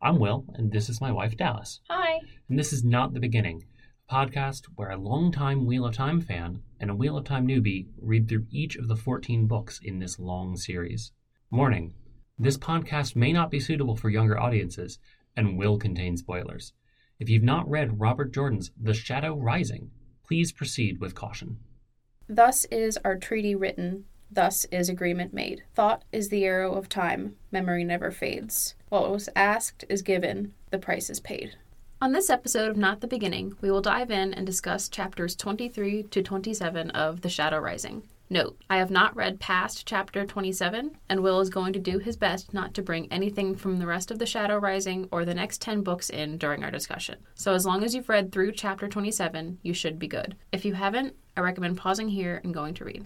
I'm Will, and this is my wife, Dallas. Hi. And this is Not the Beginning, a podcast where a longtime Wheel of Time fan and a Wheel of Time newbie read through each of the 14 books in this long series. Warning this podcast may not be suitable for younger audiences and will contain spoilers. If you've not read Robert Jordan's The Shadow Rising, please proceed with caution. Thus is our treaty written, thus is agreement made. Thought is the arrow of time, memory never fades. What was asked is given, the price is paid. On this episode of Not the Beginning, we will dive in and discuss chapters 23 to 27 of The Shadow Rising. Note, I have not read past chapter 27, and Will is going to do his best not to bring anything from the rest of The Shadow Rising or the next 10 books in during our discussion. So, as long as you've read through chapter 27, you should be good. If you haven't, I recommend pausing here and going to read.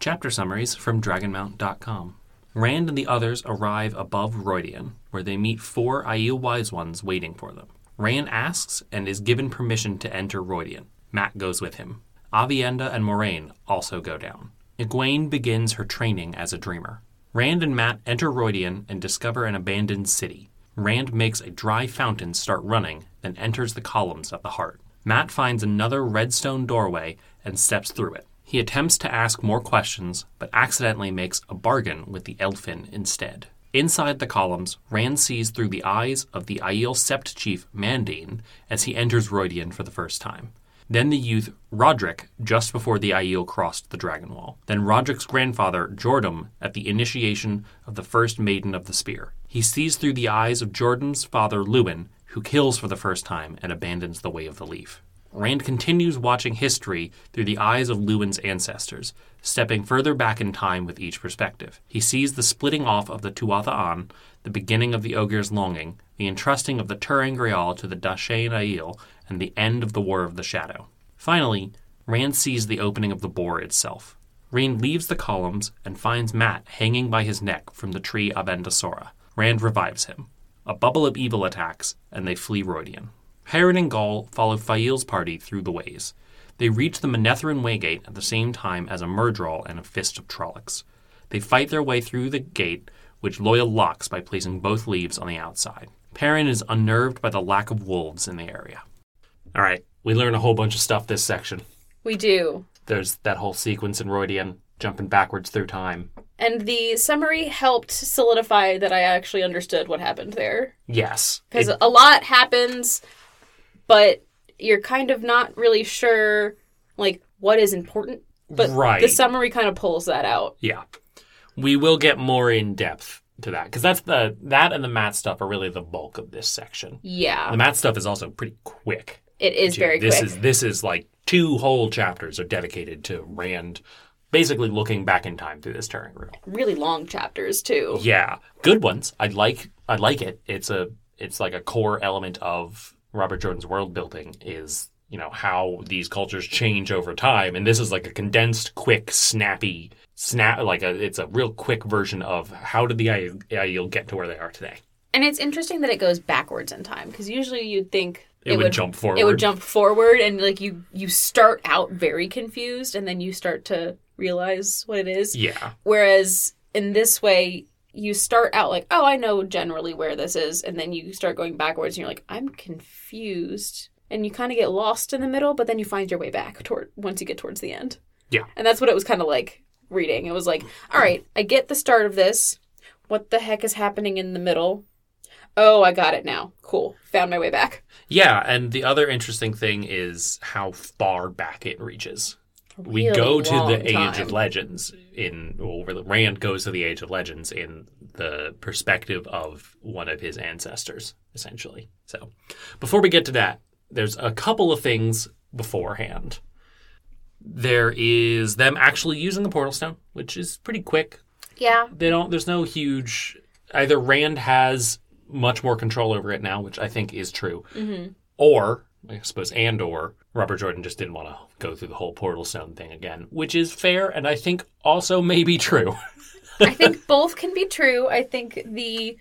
Chapter summaries from dragonmount.com. Rand and the others arrive above Roydian, where they meet four Aiel Wise Ones waiting for them. Rand asks and is given permission to enter Roydian. Matt goes with him. Avienda and Moraine also go down. Egwene begins her training as a dreamer. Rand and Matt enter Roydian and discover an abandoned city. Rand makes a dry fountain start running, then enters the columns at the heart. Matt finds another redstone doorway and steps through it. He attempts to ask more questions, but accidentally makes a bargain with the elfin instead. Inside the columns, Rand sees through the eyes of the Aiel Sept chief Mandine as he enters Roydian for the first time. Then the youth Roderick just before the Aiel crossed the Dragon Wall. Then Roderick's grandfather Jordam at the initiation of the first Maiden of the Spear. He sees through the eyes of Jordam's father Lewin, who kills for the first time and abandons the Way of the Leaf. Rand continues watching history through the eyes of Lewin's ancestors, stepping further back in time with each perspective. He sees the splitting off of the Tuatha An, the beginning of the Ogre's Longing, the entrusting of the Turin to the Dashain Aiel, and the end of the War of the Shadow. Finally, Rand sees the opening of the boar itself. Rand leaves the columns and finds Matt hanging by his neck from the tree Avendasora. Rand revives him. A bubble of evil attacks, and they flee Roydian. Perrin and Gaul follow Fael's party through the ways. They reach the Manetherin Waygate at the same time as a Murdral and a Fist of Trollocs. They fight their way through the gate, which Loyal locks by placing both leaves on the outside. Perrin is unnerved by the lack of wolves in the area. All right, we learn a whole bunch of stuff this section. We do. There's that whole sequence in Roydian, jumping backwards through time. And the summary helped solidify that I actually understood what happened there. Yes. because it- a lot happens but you're kind of not really sure like what is important but Right. the summary kind of pulls that out Yeah. We will get more in depth to that because that's the that and the mat stuff are really the bulk of this section. The yeah mat stuff is also pretty quick. it is too. very this quick is this is like two whole chapters are dedicated to Rand basically looking back in time through this Turing room. really long chapters too Yeah, good ones. I like I like it. It's a it's like a core element of Robert Jordan's world building is you know how these cultures change over time, and this is like a condensed, quick, snappy snap. Like a, it's a real quick version of how did the Aiel Aiel get to where they are today? and it's interesting that it goes backwards in time because usually you'd think It, would, jump forward. it would jump forward and like you you start out very confused and then you start to realize what it is Yeah, Whereas in this way, you start out like, oh, I know generally where this is. And then you start going backwards and you're like, I'm confused. And you kind of get lost in the middle, but then you find your way back toward once you get towards the end. Yeah. And that's what it was kind of like reading. It was like, all right, I get the start of this. What the heck is happening in the middle? Oh, I got it now. Cool. Found my way back. yeah. And the other interesting thing is how far back it reaches. we Really go to long the age time. of legends in well, really, rand goes to the age of legends in the perspective of one of his ancestors essentially so before we get to that there's a couple of things beforehand there is them actually using the portal stone which is pretty quick Yeah. they don't there's no huge either rand has much more control over it now which i think is true Mm-hmm. or I suppose and or Robert Jordan just didn't want to go through the whole portal stone thing again, which is fair and I think also may be true. I think both can be true. I think the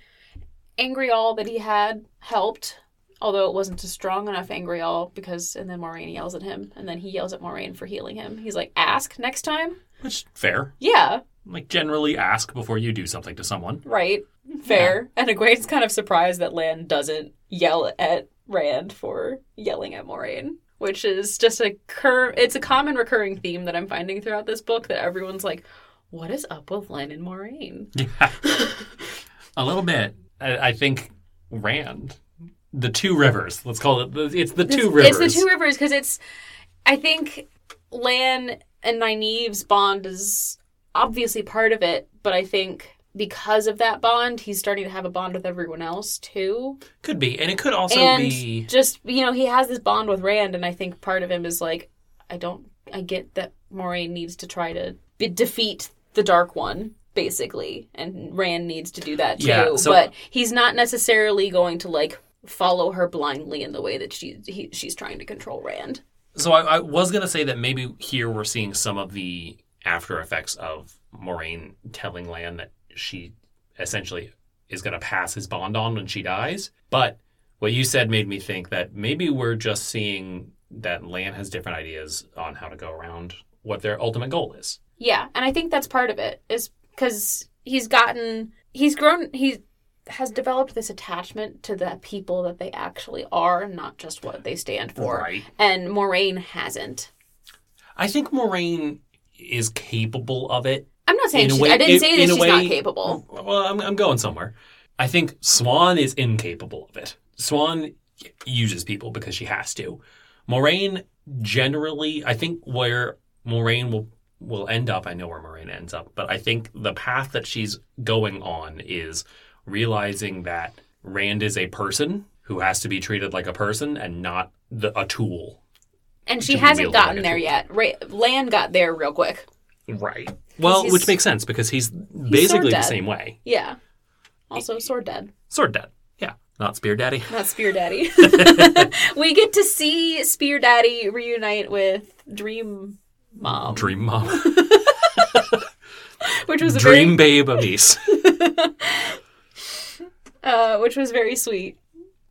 angry all that he had helped, although it wasn't a strong enough angry all because and then Moraine yells at him and then he yells at Moraine for healing him. He's like, "Ask next time." Which fair. Yeah, Like generally ask before you do something to someone. Right. Fair. And Egwene's kind of surprised that Lan doesn't yell at Rand for yelling at Moraine, which is just a cur it's a common recurring theme that I'm finding throughout this book that everyone's like, what is up with Lan and Moraine? Yeah. a little bit. I, I think Rand. The two rivers. Let's call it. the- It's the two It's rivers. the two rivers because it's I think Lan and Nynaeve's bond is obviously part of it, but I think because of that bond, he's starting to have a bond with everyone else too. Could be, and it could also and be. just you know he has this bond with rand and i think part of him is like i don't i get that moraine needs to try to be- defeat the dark one basically and rand needs to do that too Yeah, so- but he's not necessarily going to like follow her blindly in the way that she he, she's trying to control rand So I, I was gonna say that maybe here we're seeing some of the after effects of Moraine telling Lan that she essentially is gonna pass his bond on when she dies. But what you said made me think that maybe we're just seeing that Lan has different ideas on how to go around what their ultimate goal is. yeah and i think that's part of it is because he's gotten he's grown he has developed this attachment to the people that they actually are and not just what they stand for Right. and moraine hasn't I think Moraine is capable of it I'm not saying In a she, way- I didn't in- say in that a she's way- oh, not capable. Well, I'm, I'm going somewhere. I think Swan is incapable of it. Swan uses people because she has to. Moraine generally, I think where Moraine will will end up, I know where Moraine ends up, but I think the path that she's going on is realizing that Rand is a person who has to be treated like a person and not the, a tool. And to she be hasn't wielded like gotten a there tool. yet. Ra Lan got there real quick. Right. Well, he's- which makes sense because he's basically the dead. same way. Yeah. Also, sword dead. Sword dead. Yeah. Not spear daddy. Not Spear Daddy. we get to see Spear Daddy reunite with Dream Mom, Dream mom. which was a Dream babe Amis. very, uh, which was very sweet.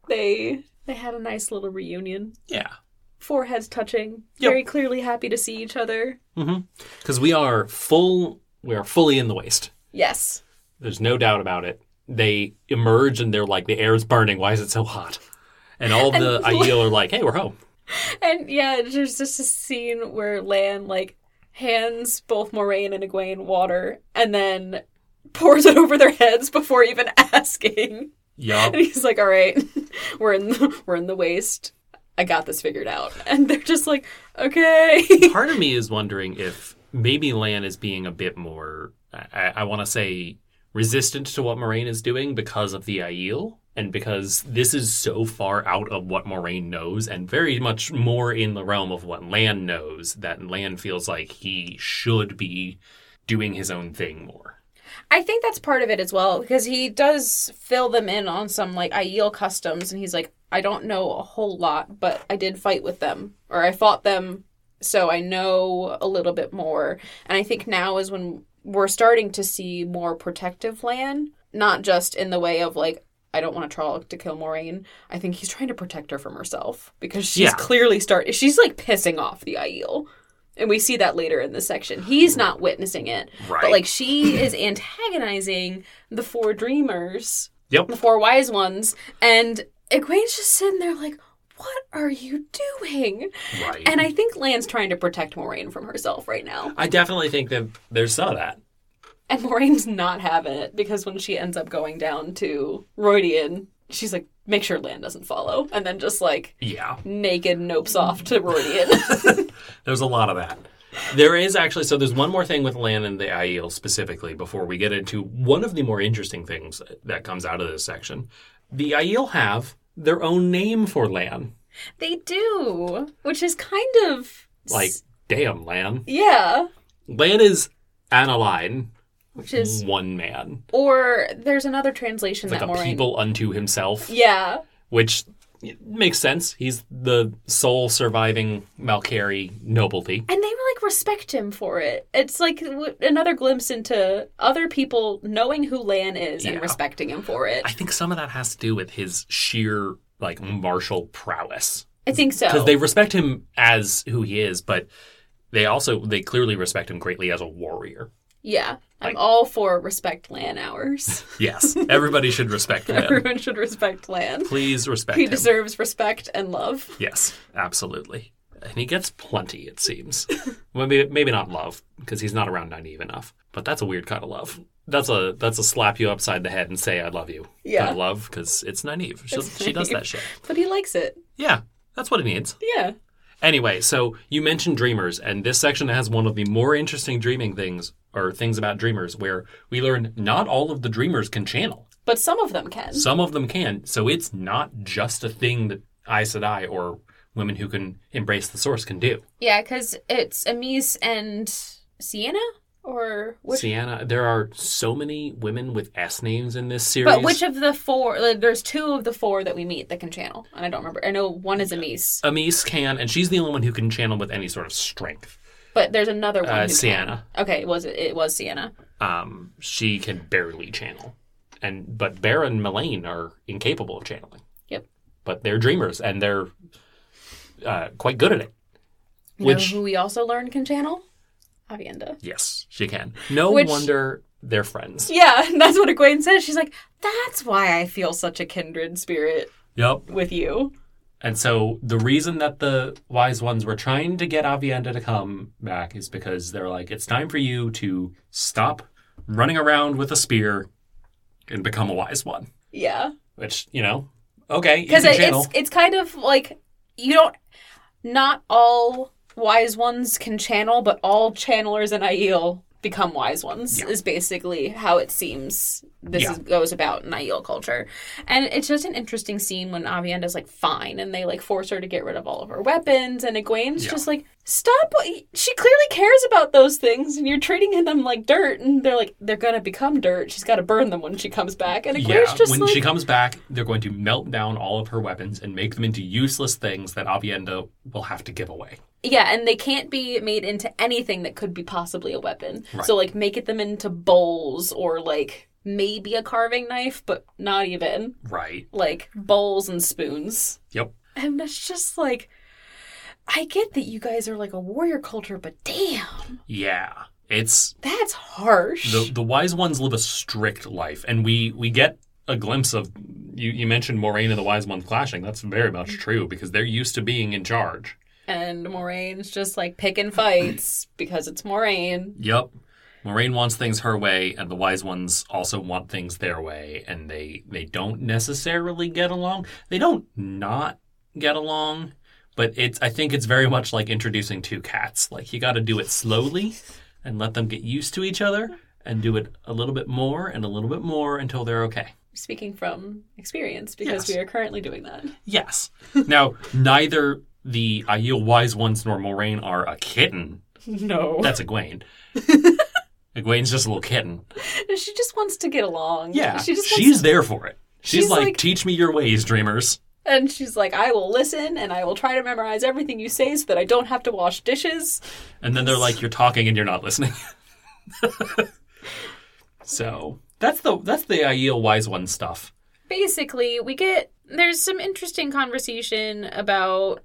They they had a nice little reunion. yeah. Foreheads touching. Yep. Very clearly happy to see each other. Because we are full, we are fully in the waste. Yes. There's no doubt about it. They emerge and they're like, the air is burning. Why is it so hot? And all the Aiel are like, hey, we're home. And yeah, there's just a scene where Lan like hands both Moraine and Egwene water and then pours it over their heads before even asking. Yup. And he's like, "All right, we're in the, we're in the waste. I got this figured out." And they're just like, "Okay." Part of me is wondering if maybe Lan is being a bit more, I, I want to say, resistant to what Moraine is doing because of the Aiel. And because this is so far out of what Moraine knows and very much more in the realm of what Lan knows, that Lan feels like he should be doing his own thing more. I think that's part of it as well because he does fill them in on some like Aiel customs, and he's like, I don't know a whole lot, but I did fight with them, or I fought them, so I know a little bit more. And I think now is when we're starting to see more protective land, not just in the way of like. I don't want to try to kill Moraine. I think he's trying to protect her from herself because she's Yeah. clearly start. She's like pissing off the E Aiel, and we see that later in this section. He's not witnessing it, Mm-hmm. Right. but like she is antagonizing the four dreamers, Yep. the four wise ones, and Egwene's just sitting there like, "What are you doing?" Right. And I think Lan's trying to protect Moraine from herself right now, I definitely think that there's some of that. and Moraine's not having it because when she ends up going down to Roydian, she's like, "Make sure Lan doesn't follow," and then just like Yeah. naked nopes off to Roydian. There's a lot of that. There is actually so. There's one more thing with Lan and the Aiel specifically before we get into one of the more interesting things that comes out of this section. The Aiel have their own name for Lan. they do, which is kind of Like, damn, Lan. yeah, Lan is Aniline, which is one man, Or there's another translation like that a Moraine. people unto himself, Yeah, which makes sense. He's the sole surviving Malkari nobility. and they like respect him for it. It's like w- another glimpse into other people knowing who Lan is Yeah. and respecting him for it. I think some of that has to do with his sheer like martial prowess. I think so. because they respect him as who he is, but they also they clearly respect him greatly as a warrior. Yeah. I'm Like- all for respect land hours. Yes, everybody should respect Lan. Everyone should respect land. Please respect He him. deserves respect and love. Yes, absolutely. And he gets plenty, it seems. well, maybe, maybe not love, because he's not around naive enough. But that's a weird kind of love. That's a that's a slap you upside the head and say I love you Yeah. kind of love, because it's naive. She, It's she does naive. that shit. But he likes it. Yeah, that's what it needs. Yeah. Anyway, so you mentioned dreamers, and this section has one of the more interesting dreaming things or things about dreamers, where we learn not all of the dreamers can channel. But some of them can. Some of them can. So it's not just a thing that Aes Sedai or women who can embrace the source can do. Yeah, because it's Amis and Sienna? Or which? Sienna, there are so many women with S names in this series. But which of the four? Like, there's two of the four that we meet that can channel, and I don't remember. I know one is Amis, Amis can, and she's the only one who can channel with any sort of strength. but there's another one. Uh, who Sienna. Can. Okay, was it? It was Sienna. Um, she can barely channel, and but Bear and Melaine are incapable of channeling. Yep. But they're dreamers, and they're uh, quite good at it. You Which- know who we also learned can channel? Avienda. Yes, she can. No Which- wonder they're friends. Yeah, and that's what Egwene says. She's like, "That's why I feel such a kindred spirit Yep. with you." And so the reason that the wise ones were trying to get Avienda to come back is because they're like, it's time for you to stop running around with a spear and become a wise one. Yeah, Which, you know, okay, you because can it's channel. it's kind of like you don't. Not all wise ones can channel, but all channelers in Aiel become wise ones. Yeah. Is basically how it seems this Yeah. is, goes about in Aiel culture, and it's just an interesting scene when Avienda's like fine, and they like force her to get rid of all of her weapons, and Egwene's Yeah. just like stop. She clearly cares about those things, and you're treating them like dirt, and they're like they're gonna become dirt. She's got to burn them when she comes back, and Egwene's Yeah, just when like she comes back, they're going to melt down all of her weapons and make them into useless things that Avienda will have to give away. Yeah, and they can't be made into anything that could be possibly a weapon. Right. So like make it them into bowls or like maybe a carving knife, but not even Right. like bowls and spoons. Yep. Hmm. And it's just like I get that you guys are like a warrior culture, but damn, Yeah. It's that's harsh. the the wise ones live a strict life, and we we get a glimpse of you. You mentioned Moraine and the wise ones clashing. That's very much true because they're used to being in charge. and Moraine's just like picking fights because it's Moraine. Yep. Moraine wants things her way, and the wise ones also want things their way, and they they don't necessarily get along. They don't not get along, but it's I think it's very much like introducing two cats. Like you got to do it slowly, and let them get used to each other, and do it a little bit more and a little bit more until they're okay. Speaking from experience, Yes. because we are currently doing that. Yes. Now, neither the Aiel Wise Ones nor Moraine are a kitten. No. That's Egwene. Egwene's just a little kitten. She just wants to get along. Yeah. She just wants she's there for it. She's, She's like, like- teach me your ways, dreamers. And she's like, I will listen and I will try to memorize everything you say so that I don't have to wash dishes. And then they're like, you're talking and you're not listening. so that's the that's the Aiel Wise One stuff. Basically, we get there's some interesting conversation about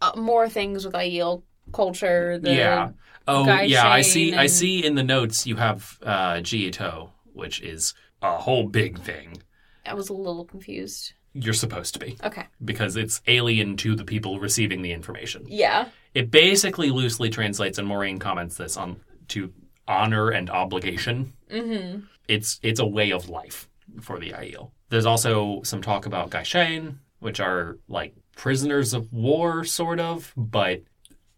uh, more things with Aiel culture. The, yeah. Oh Guy yeah, I Shane see I and- see in the notes you have uh Giotto, which is a whole big thing. I was a little confused. You're supposed to be. Okay. because it's alien to the people receiving the information. Yeah. It basically loosely translates, and Maureen comments this on to honor and obligation. Mm-hmm. It's it's a way of life for the Aiel. There's also some talk about Gaishain, which are like prisoners of war, sort of, but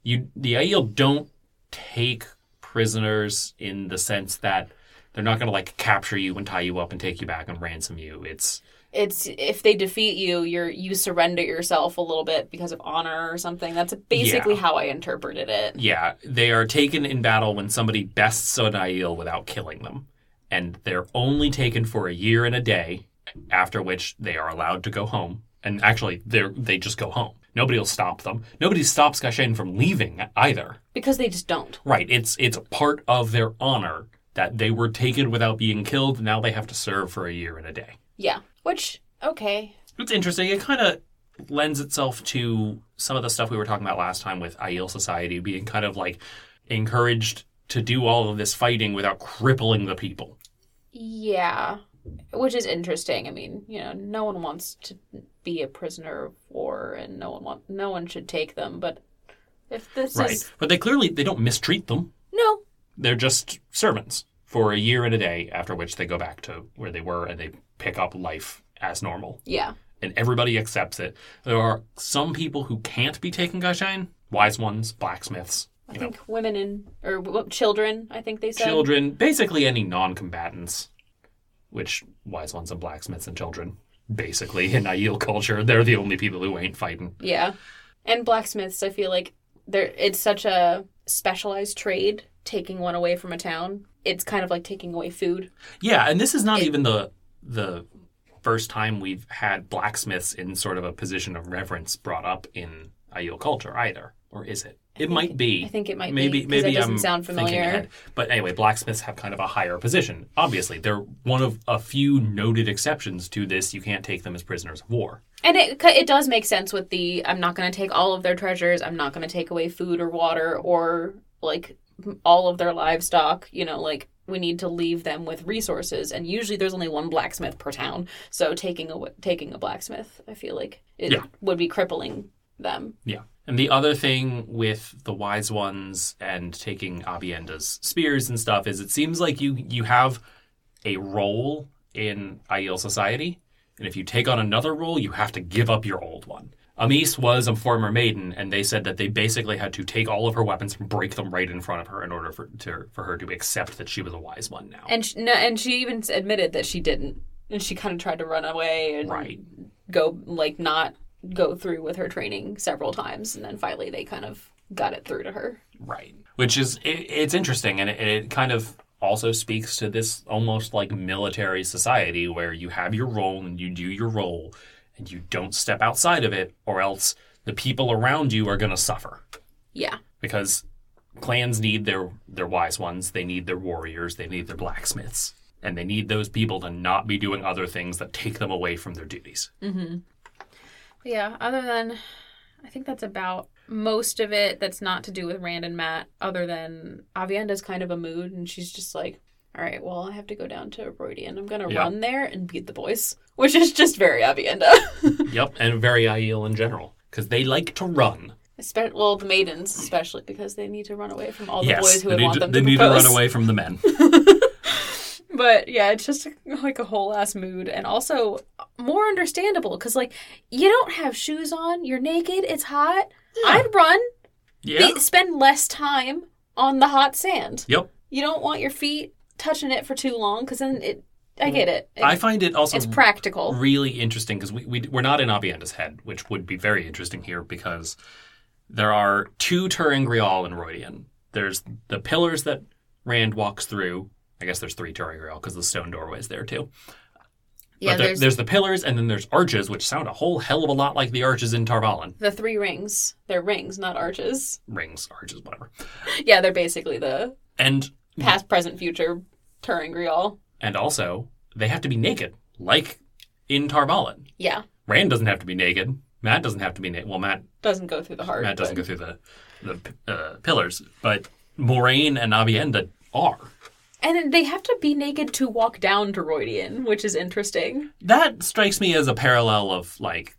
you the Aiel don't take prisoners in the sense that they're not going to like capture you and tie you up and take you back and ransom you. It's It's if they defeat you, you're you surrender yourself a little bit because of honor or something. That's basically Yeah. how I interpreted it. Yeah, they are taken in battle when somebody bests an Aiel without killing them. And they're only taken for a year and a day, after which they are allowed to go home. And actually, they they just go home. Nobody will stop them. Nobody stops Gashen from leaving either. Because they just don't. Right, it's it's a part of their honor that they were taken without being killed. Now they have to serve for a year and a day. Yeah. Which okay. It's interesting. It kind of lends itself E to some of the stuff we were talking about last time with Aiel society being kind of like encouraged to do all of this fighting without crippling the people. Yeah. Which is interesting. I mean, you know, no one wants to be a prisoner of war and no one want no one should take them, but if this Right. is But they clearly they don't mistreat them. no, They're just servants for a year and a day after which they go back to where they were and they pick up life as normal. yeah. and everybody accepts it. There are some people who can't be taken gaishin, wise ones, blacksmiths, I you know, think women and or w- children, I think they said. children, basically any non-combatants, which wise ones and blacksmiths and children, basically in Aiel culture, they're the only people who ain't fighting. Yeah. And blacksmiths, I feel like there it's such a specialized trade taking one away from a town. It's kind of like taking away food. Yeah, and this is not It- even the the first time we've had blacksmiths in sort of a position of reverence brought up in Aiel culture either, or is it? It might be. I think it might maybe be 'cause maybe that doesn't I'm sound thinking familiar. ahead. But anyway, blacksmiths have kind of a higher position. Obviously, they're one of a few noted exceptions to this. You can't take them as prisoners of war. And it c- it does make sense with the I'm not going to take all of their treasures. I'm not going to take away food or water or like m- all of their livestock. You know, like we need to leave them with resources. And usually there's only one blacksmith per town. So taking a w- taking a blacksmith, I feel like it Yeah. would be crippling them. Yeah. And the other thing with the wise ones and taking Abienda's spears and stuff is it seems like you you have a role in Aiel society, and if you take on another role, you have to give up your old one. Amis was a former maiden, and they said that they basically had to take all of her weapons and break them right in front of her in order for to, for her to accept that she was a wise one now. And she, no, and she even s- admitted that she didn't. And she kind of tried to run away and right. go like not go through with her training several times. And then finally they kind of got it through to her. Right. Which is it, it's interesting, and it, it kind of also speaks to this almost like military society where you have your role and you do your role, and you don't step outside of it, or else the people around you are going to suffer Yeah. because clans need their their wise ones, they need their warriors, they need their blacksmiths, and they need those people to not be doing other things that take them away from their duties. Yeah, other than I think that's about most of it that's not to do with Rand and Matt, other than Avienda's kind of a mood, and she's just like, all right, well, I have to go down to Brodian. I'm going to Yeah. run there and beat the boys, which is just very Avienda. yep, and very Aiel in general because they like to run. Espe- well, the maidens, especially, because they need to run away from all the yes, boys who they would need, want to, them they to need to propose. run away from the men. But yeah, it's just like a whole ass mood, and also more understandable because, like, you don't have shoes on, you're naked, it's hot. I'd run, Yeah. Be- spend less time on the hot sand. Yep. you don't want your feet touching it for too long because then it i get it, It- Mm. I Mm. find it also it's practical really interesting because we, we, we're not in Abienda's head, which would be very interesting here because there are two Turingrial in Roydian. There's the pillars that Rand walks through. I guess there's three Turingrial because the stone doorway's there too. yeah but there- there's, there's the pillars and then there's arches, which sound a whole hell of a lot like the arches in Tarvalin. the three rings they're rings not arches Rings, arches, whatever. yeah they're basically the And past present future Turingrial. and also they have to be naked, like in Tarvalin. yeah Rand doesn't have to be naked. Matt doesn't have to be naked. Well, Matt doesn't go through the heart Matt doesn't go through the the uh, pillars, but Moraine and Avienda are. but- and then they have to be naked to walk down to Roydian, which is interesting That strikes me as a parallel of like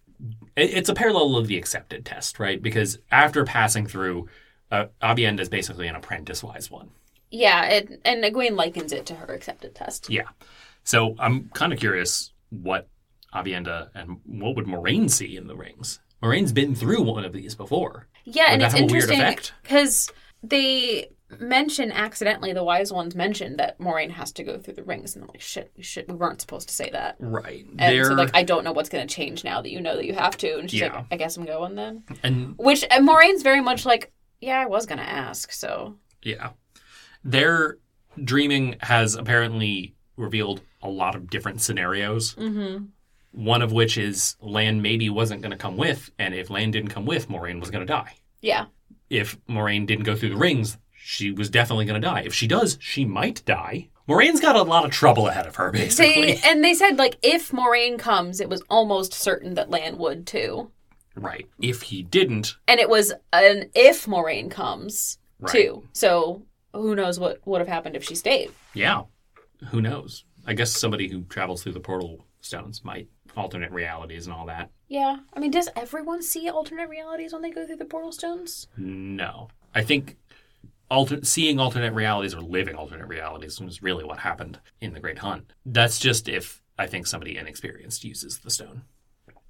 it- it's a parallel of the accepted test, right? Because after passing through, uh, Avienda is basically an apprentice-wise one. yeah it, and Egwene likens it to her accepted test Yeah. So I'm kind of curious what Avienda and what would Moraine see in the rings. Moraine's been through one of these before. Yeah, and that it's have a weird interesting effect? because they mention accidentally the wise ones mentioned that Moraine has to go through the rings, and I'm like, shit, we should we weren't supposed to say that. Right. And so like, I don't know what's going to change now that you know that you have to. And she's Yeah. like, I guess I'm going then. and Which and Moraine's very much like, yeah, I was going to ask. So Yeah. Their dreaming has apparently revealed a lot of different scenarios. Mhm. One of which is Lan maybe wasn't going to come with, and if Lan didn't come with, Moraine was going to die. yeah, If Moraine didn't go through the rings, she was definitely going to die. If she does, she might die. Moraine's got a lot of trouble ahead of her, basically. they and they said like if Moraine comes, it was almost certain that Lan would too, Right. If he didn't, and it was an if Moraine comes Right. too. So who knows what would have happened if she stayed. Yeah. Who knows? I guess somebody who travels through the portal stones might alternate realities and all that. Yeah. I mean, does everyone see alternate realities when they go through the portal stones? No. I think alter- seeing alternate realities or living alternate realities was really what happened in the Great Hunt. That's just if I think somebody inexperienced uses the stone.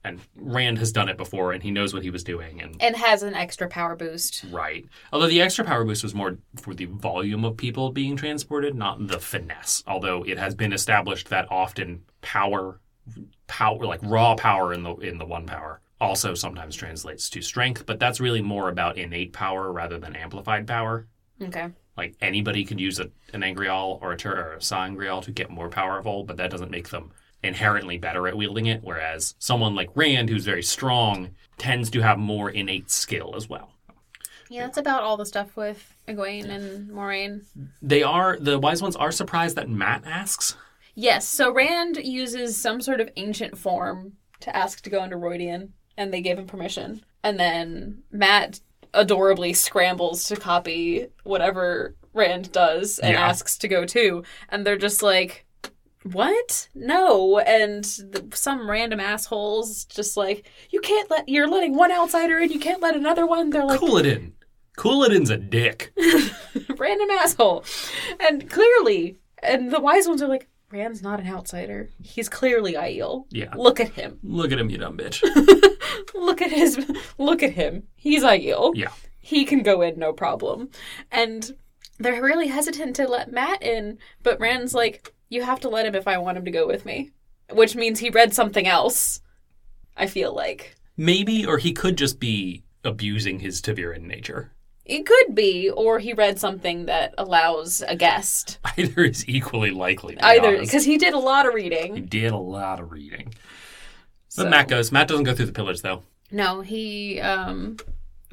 And Rand has done it before and he knows what he was doing and And has an extra power boost. right. Although the extra power boost was more for the volume of people being transported, not the finesse. Although it has been established that often power power like raw power in the in the one power also sometimes translates to strength, but that's really more about innate power rather than amplified power. Okay. Like anybody could use a, an Angreal or a, Tur- or a Sangreal to get more powerful, but that doesn't make them inherently better at wielding it. Whereas someone like Rand, who's very strong, tends to have more innate skill as well. Yeah, that's about all the stuff with Egwene and Moraine. They are the wise ones are surprised that Matt asks. Yes, so Rand uses some sort of ancient form to ask to go into Roydian, and they gave him permission. And then Matt adorably scrambles to copy whatever Rand does and Yeah. asks to go too. And they're just like, what? No. And th- some random assholes just like, you can't let, you're letting one outsider in, you can't let another one. They're like, Cooladin. Cooladin's a dick. random asshole. And clearly, and the wise ones are like, Rand's not an outsider. He's clearly Aiel. Yeah. Look at him. Look at him, you dumb bitch. Look at his. Look at him. He's Aiel. Yeah. He can go in no problem. And they're really hesitant to let Matt in, but Rand's like, you have to let him if I want him to go with me. Which means he read something else, I feel like. Maybe, or he could just be abusing his Taviran nature. It could be, or he read something that allows a guest. Either is equally likely. To be Either, honest. because he did a lot of He reading. did a lot of reading. But so- Matt goes. Matt doesn't go through the pillars though. No, he um,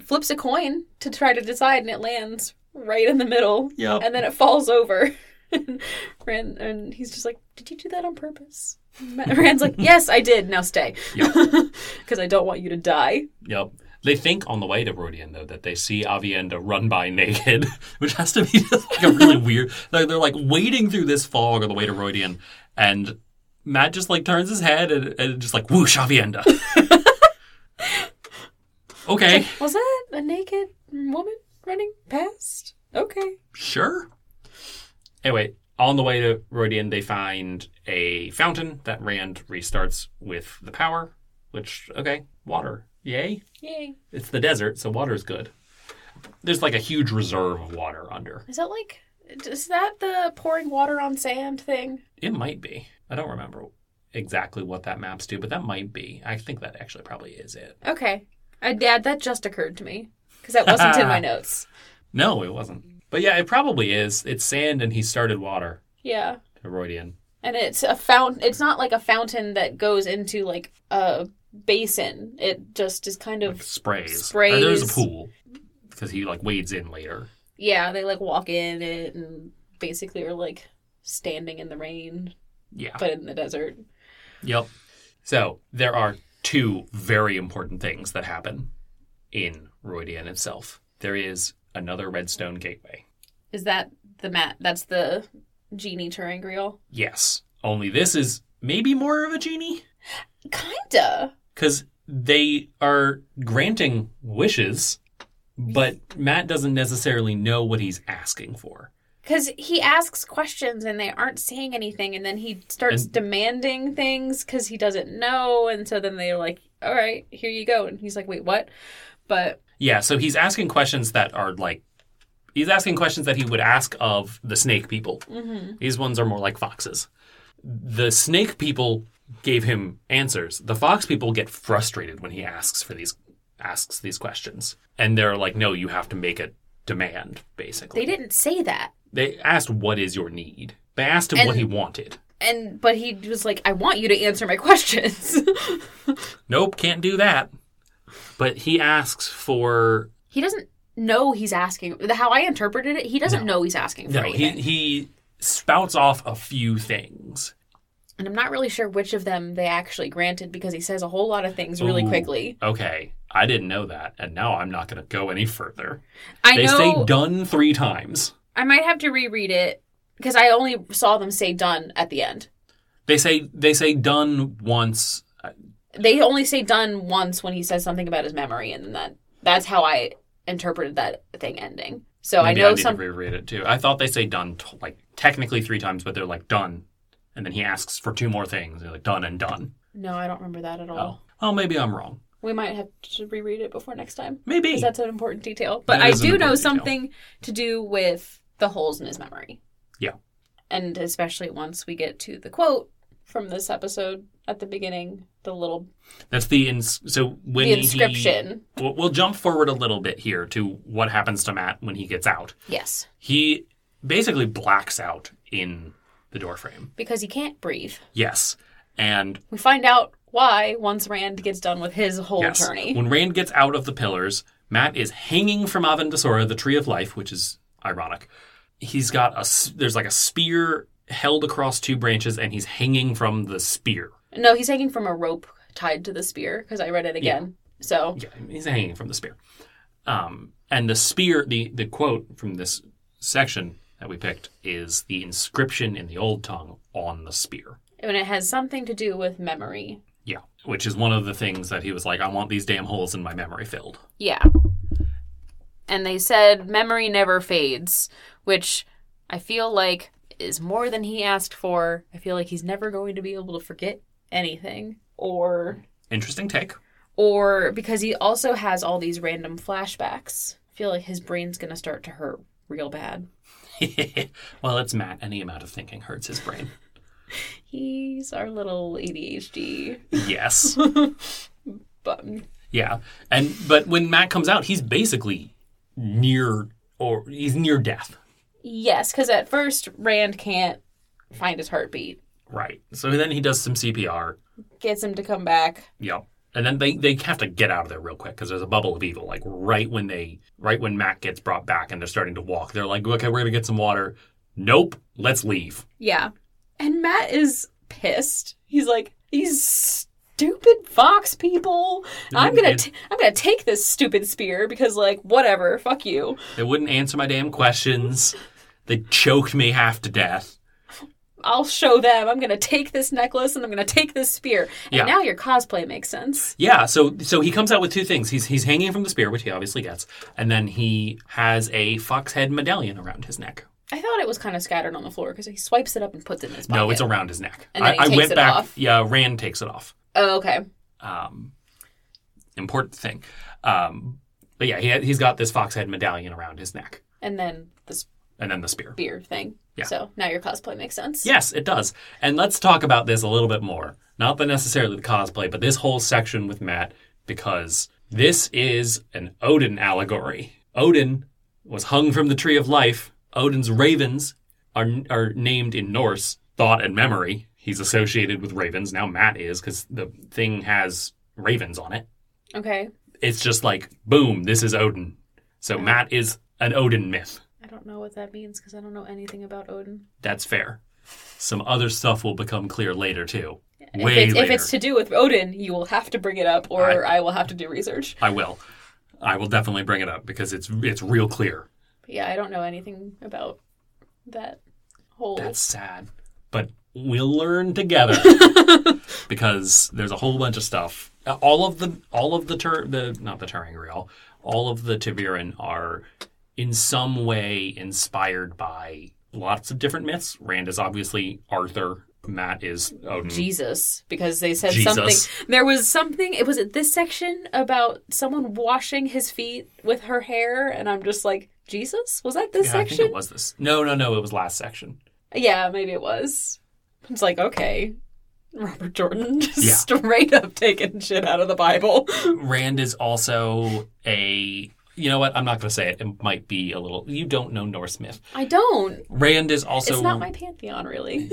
flips a coin to try to decide, and it lands right in the middle, Yep. and then it falls over. and, Rand, and he's just like, "Did you do that on purpose?" And Ma- Rand's like, "Yes, I did. Now stay, Yep. because I don't want you to die." Yep. They think on the way to Rodian though that they see Avienda run by naked, which has to be just like a really weird. Like they're like wading through this fog on the way to Rodian, and Matt just like turns his head and, and just like whoosh Avienda. okay, Was that a naked woman running past? Okay, sure. Anyway, on the way to Rodian, they find a fountain that Rand restarts with the power. Which okay, water, yay. yay! It's the desert, so water's good. There's like a huge reserve of water under. Is that like, is that the pouring water on sand thing? It might be. I don't remember exactly what that maps to, but that might be. I think that actually probably is it. Okay, I dad, that just occurred to me because that wasn't in my notes. No, it wasn't. But yeah, it probably is. It's sand and he started water. Yeah. Herodian. And it's a fountain. It's not like a fountain that goes into like a basin. It just is kind of Like sprays. Sprays. Or there's a pool. Because he like wades in later. yeah. They like walk in it and basically are like standing in the rain, Yeah. but in the desert. Yep. So there are two very important things that happen in Roydian itself. There is another redstone gateway. Is that the mat? That's the genie Turangriel. Yes. Only this is maybe more of a genie Kinda. because they are granting wishes, but Matt doesn't necessarily know what he's asking for. Because he asks questions and they aren't saying anything, and then he starts And- demanding things because he doesn't know, and so then they're like, "All right, here you go," and he's like, "Wait, what?" But Yeah, so he's asking questions that are like. He's asking questions that he would ask of the snake people. Mm-hmm. These ones are more like foxes. The snake people gave him answers. The fox people get frustrated when he asks for these asks these questions. And they're like, "No, you have to make a demand basically." they didn't say that. they asked what is your need they asked him what And- he wanted and but he was like i want you to answer my questions nope can't do that but he asks for he doesn't know he's asking how i interpreted it he doesn't know he's asking for no he, anything he spouts off a few things and i'm not really sure which of them they actually granted because he says a whole lot of things really Ooh. quickly okay i didn't know that and now i'm not going to go any further i they know say done three times I might have to reread it because I only saw them say done at the end. They say they say done once. Uh, They only say done once when he says something about his memory, and then that that's how I interpreted that thing ending. So Maybe Oh, I know need some to reread it too. I thought they say done t- like technically three times, but they're like done, and then he asks for two more things. They're like done and done. No, I don't remember that at Oh, all. well, maybe I'm wrong. We might have to reread it before next time Maybe because that's an important detail. But That I is an do know important detail. something to do with the holes in his memory. Yeah. And especially once we get to the quote from this episode at the beginning, the little that's the ins- so when the he- inscription. we'll, we'll jump forward a little bit here to what happens to Matt when he gets out. Yes, He basically blacks out in the doorframe. because he can't breathe. Yes, and We find out why once Rand gets done with his whole Yes. journey. When Rand gets out of the pillars, Matt is hanging from Avendasora, the tree of life, which is ironic. He's got a s- there's like a spear held across two branches, and he's hanging from the spear. No, he's hanging from a rope tied to the spear because I read it again. So Yeah, he's hanging from the spear. Um, and the spear, the the quote from this section that we picked is the inscription in the old tongue on the spear. and it has something to do with memory. Yeah, which is one of the things that he was like, I want these damn holes in my memory filled. Yeah. And they said memory never fades, which I feel like is more than he asked for. I feel like he's never going to be able to forget anything or Interesting take. or because he also has all these random flashbacks. I feel like his brain's going to start to hurt real bad. well, it's Matt. Any amount of thinking hurts his brain. He's our little ADHD Yes. button. Yeah. And but when Matt comes out, he's basically near or he's near death. Yes, cuz at first Rand can't find his heartbeat. Right. So then he does some CPR. Gets him to come back. Yep. And then they, they have to get out of there real quick because there's a bubble of evil. Like right when they right when Matt gets brought back and they're starting to walk, they're like, okay, we're gonna get some water. Nope, let's leave. Yeah. And Matt is pissed. He's like, these stupid fox people. I'm gonna, t- I'm gonna take this stupid spear because, like, whatever. Fuck you. They wouldn't answer my damn questions. They choked me half to death. I'll show them. I'm gonna take this necklace and I'm gonna take this spear. And Yeah. now your cosplay makes sense. Yeah, so so he comes out with two things. He's he's hanging from the spear, which he obviously gets, and then he has a fox head medallion around his neck. I thought it was kind of scattered on the floor because he swipes it up and puts it in his pocket. No, it's around his neck. And then I, he I takes went it back. off. Yeah, Rand takes it off. Oh, okay. Um, important thing. Um, but yeah, he, he's got this fox head medallion around his neck, And then the and then the spear. spear thing. Yeah. So now your cosplay makes sense. Yes, it does. And let's talk about this a little bit more. Not the necessarily the cosplay, but this whole section with Matt, because this is an Odin allegory. Odin was hung from the tree of life. Odin's ravens are, are named in Norse thought and memory. He's associated with ravens. Now Matt is, because the thing has ravens on it. Okay. It's just like, boom, this is Odin. So Matt is an Odin myth. I don't know what that means because I don't know anything about Odin. That's fair. Some other stuff will become clear later too. If Way it's, later. if it's to do with Odin, you will have to bring it up, or I, will have to do research. I will. I will definitely bring it up because it's it's real clear. But yeah, I don't know anything about that whole. That's sad, but we'll learn together because there's a whole bunch of stuff. Uh, All of the all of the tur- the not the Turing real, all of the Tiburon are in some way inspired by lots of different myths. Rand is obviously Arthur. Matt is Odin. Jesus, because they said Jesus. something. There was something. It was at this section about someone washing his feet with her hair, and I'm just like, Jesus, was that this yeah, I think it section? was this. No, no, no. It was last section. Yeah, maybe it was. It's like okay, Robert Jordan just Yeah. straight up taking shit out of the Bible. Rand is also a. You know what? I'm not going to say it. It might be a little. You don't know Norse myth. I don't. Rand is also. it's not my pantheon, really.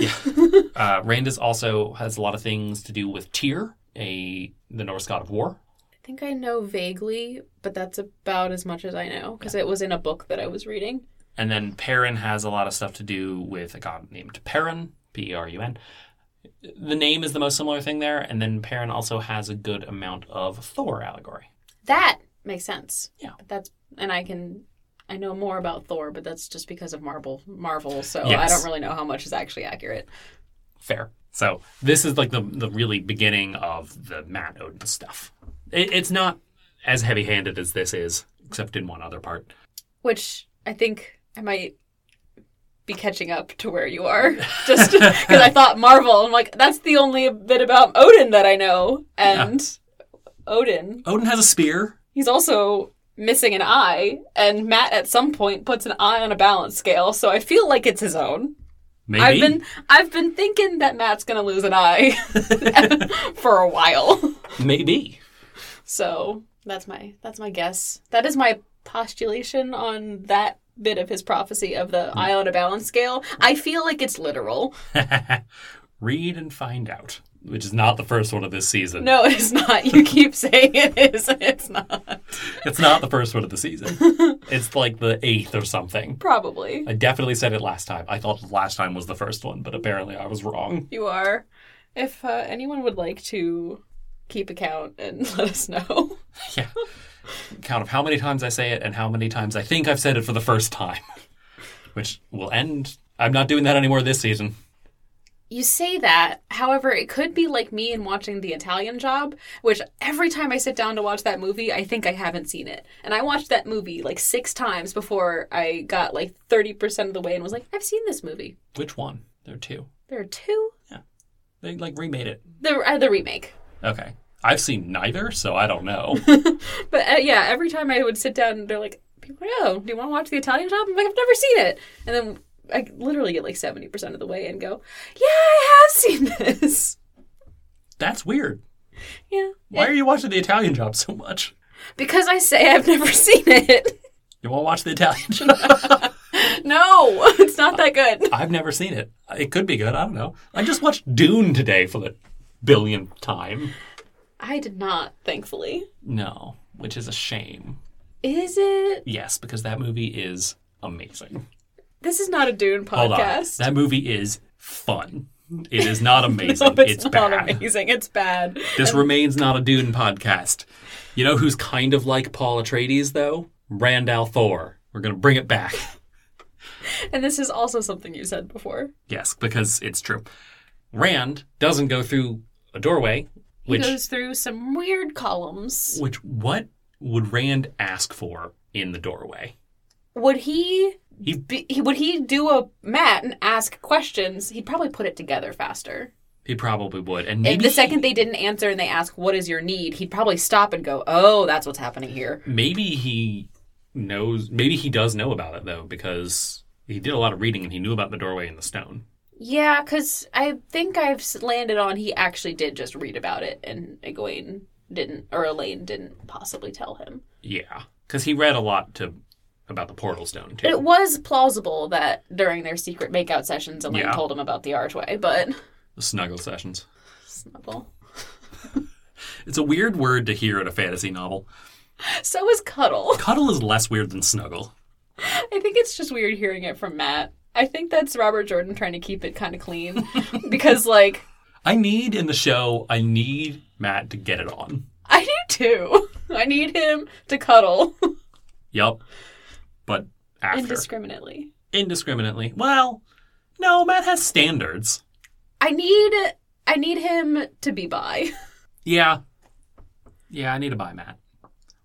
uh, Rand is also has a lot of things to do with Tyr, a the Norse god of war. I think I know vaguely, but that's about as much as I know because it was in a book that I was reading. And then Perrin has a lot of stuff to do with a god named Perrin, P E R U N. The name is the most similar thing there. And then Perrin also has a good amount of Thor allegory. That makes sense. Yeah. But that's and I can I know more about Thor, but that's just because of Marvel. Marvel, so I Yes. don't really know how much is actually accurate. Fair. So this is like the the really beginning of the Matt Odin stuff. It, it's not as heavy handed as this is, except in one other part. Which I think I might be catching up to where you are, just because I thought Marvel. I'm like, that's the only bit about Odin that I know, and Odin. Odin has a spear. He's also missing an eye, and Matt at some point puts an eye on a balance scale, so I feel like it's his own. Maybe I've been I've been thinking that Matt's gonna lose an eye for a while. maybe. So that's my that's my guess. That is my postulation on that bit of his prophecy of the eye on a balance scale. I feel like it's literal. Read and find out, which is not the first one of this season. No, it's not. You keep saying it is, and it's not. It's not the first one of the season. it's like the eighth or something. Probably. I definitely said it last time. I thought the last time was the first one, but apparently I was wrong. You are. If uh, anyone would like to keep account and let us know. Yeah. Count of how many times I say it and how many times I think I've said it for the first time, which will end. I'm not doing that anymore this season. You say that, however, it could be like me in watching The Italian Job, which every time I sit down to watch that movie, I think I haven't seen it. And I watched that movie like six times before I got like 30% of the way and was like, I've seen this movie. Which one? There are two. There are two. They like remade it. The, uh, the remake. Okay. I've seen neither, so I don't know. But uh, yeah, every time I would sit down, they're like, people are like, oh, do you want to watch The Italian Job? I'm like, I've never seen it. And then I literally get like 70% of the way and go, yeah, I have seen this. That's weird. yeah. Why are you watching the Italian job so much? Because I say I've never seen it. You want to watch the Italian job? no, it's not that good. I've never seen it. It could be good. I don't know. I just watched Dune today for the billionth time. I did not, thankfully. No, which is a shame. Is it? Yes, because that movie is amazing. This is not a Dune Hold on. podcast. That movie is fun. It is not amazing. No, it's not bad. amazing. It's bad. This remains not a Dune podcast. You know who's kind of like Paul Atreides, though? Randall Thor. We're going to bring it back. And this is also something you said before. yes, because it's true. Rand doesn't go through a doorway, He which, goes through some weird columns. which what would Rand ask for in the doorway? Would he? He- Be, he- would he do a mat and ask questions? He'd probably put it together faster. He probably would. And If maybe the he- second they didn't answer and they ask, "What is your need?" He'd probably stop and go, "Oh, that's what's happening here." maybe he knows maybe he does know about it though because he did a lot of reading and he knew about the doorway and the stone Yeah, because I think I've s- landed on he actually did just read about it, and Egwene didn't, or Elaine didn't possibly tell him. yeah because he read a lot to about the portal stone too It was plausible that during their secret makeout sessions, Elaine Yeah. told him about the archway, but the snuggle sessions snuggle. it's a weird word to hear in a fantasy novel So was cuddle. cuddle is less weird than snuggle I think it's just weird hearing it from Matt. I think that's Robert Jordan trying to keep it kind of clean because, like, i need in the show i need matt to get it on I do too. I need him to cuddle yep but after indiscriminately. indiscriminately well no matt has standards I need I need him to be by. yeah yeah i need to buy matt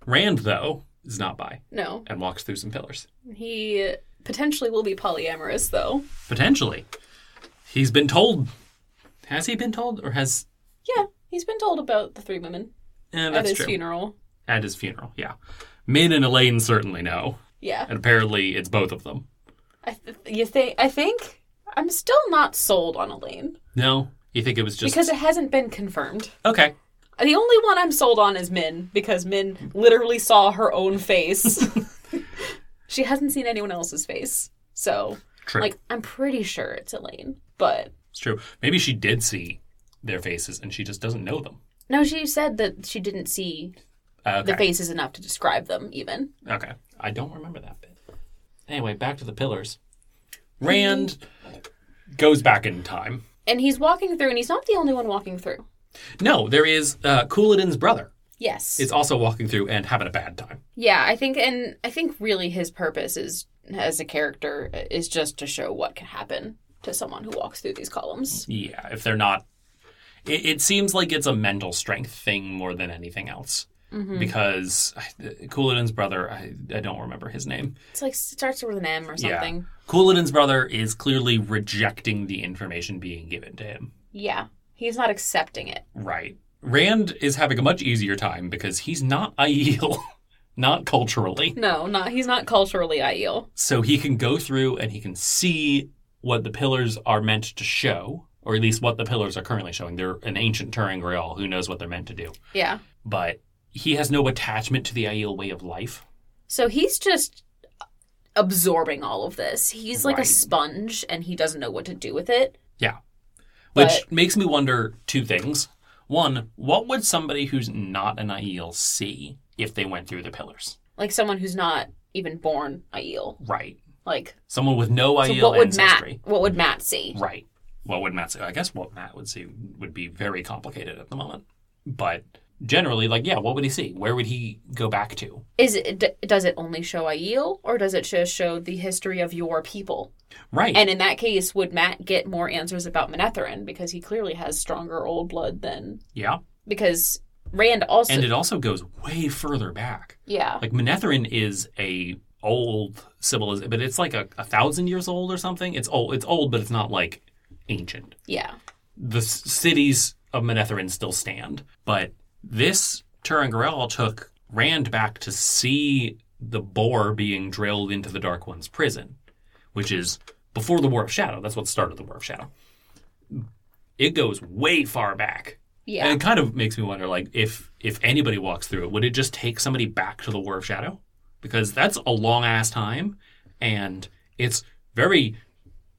rand though is not by No, and walks through some pillars he potentially will be polyamorous though. Potentially. He's been told. Has he been told? Or has. Yeah, he's been told about the three women Eh, at that's his true. funeral. At his funeral, yeah. Min and Elaine certainly know. Yeah, And apparently it's both of them. I th- you think I think I'm still not sold on Elaine No? You think it was just. because it hasn't been confirmed. okay. The only one I'm sold on is Min because Min literally saw her own face. she hasn't seen anyone else's face. So, True. like, I'm pretty sure it's Elaine. But it's true. Maybe she did see their faces and she just doesn't know them. no, she said that she didn't see Okay. the faces enough to describe them, even. Okay. I don't remember that bit. Anyway, back to the pillars. Rand goes back in time. And he's walking through, and he's not the only one walking through. No, there is uh, Cooladin's brother Yes. is also walking through and having a bad time. Yeah, I think, and I think really his purpose is as a character is just to show what can happen to someone who walks through these columns. Yeah, if they're not. It, it seems like it's a mental strength thing more than anything else. Mm. Mm-hmm. Because Cooladin's brother, I, I don't remember his name. It's like starts with an M or Yeah. something. Cooladin's brother is clearly rejecting the information being given to him. Yeah, he's not accepting it. Right. Rand is having a much easier time because he's not Aiel, not culturally. No, not he's not culturally ideal. So he can go through and he can see what the pillars are meant to show, or at least what the pillars are currently showing. They're an ancient Turing Grail. Who knows what they're meant to do? Yeah, But he has no attachment to the Aiel way of life. so he's just absorbing all of this. He's like a Right. sponge, and he doesn't know what to do with it. Yeah. Which But- makes me wonder two things. One, what would somebody who's not an Aiel see if they went through the pillars? Like someone who's not even born ideal. Right. Like, Someone with no so Aiel what would ancestry. Matt? What would Matt see? Right. What would Matt say? I guess what Matt would see would be very complicated at the moment. But generally, like, yeah, what would he see? Where would he go back to? Is it d- does it only show Aiel, or does it just show the history of your people? Right. And in that case, would Matt get more answers about Manetherin because he clearly has stronger old blood than yeah. because Rand also And it also goes way further back. yeah Like Manetherin is a old civilization, but it's like a, a thousand years old or something. It's old. It's old, but it's not like ancient. yeah The s- cities of Manetherin still stand, but this Turangarel took Rand back to see the boar being drilled into the Dark One's prison, which is before the War of Shadow. That's what started the War of Shadow. It goes way far back. yeah And it kind of makes me wonder, like, if if anybody walks through it, would it just take somebody back to the War of Shadow? Because that's a long ass time, and it's very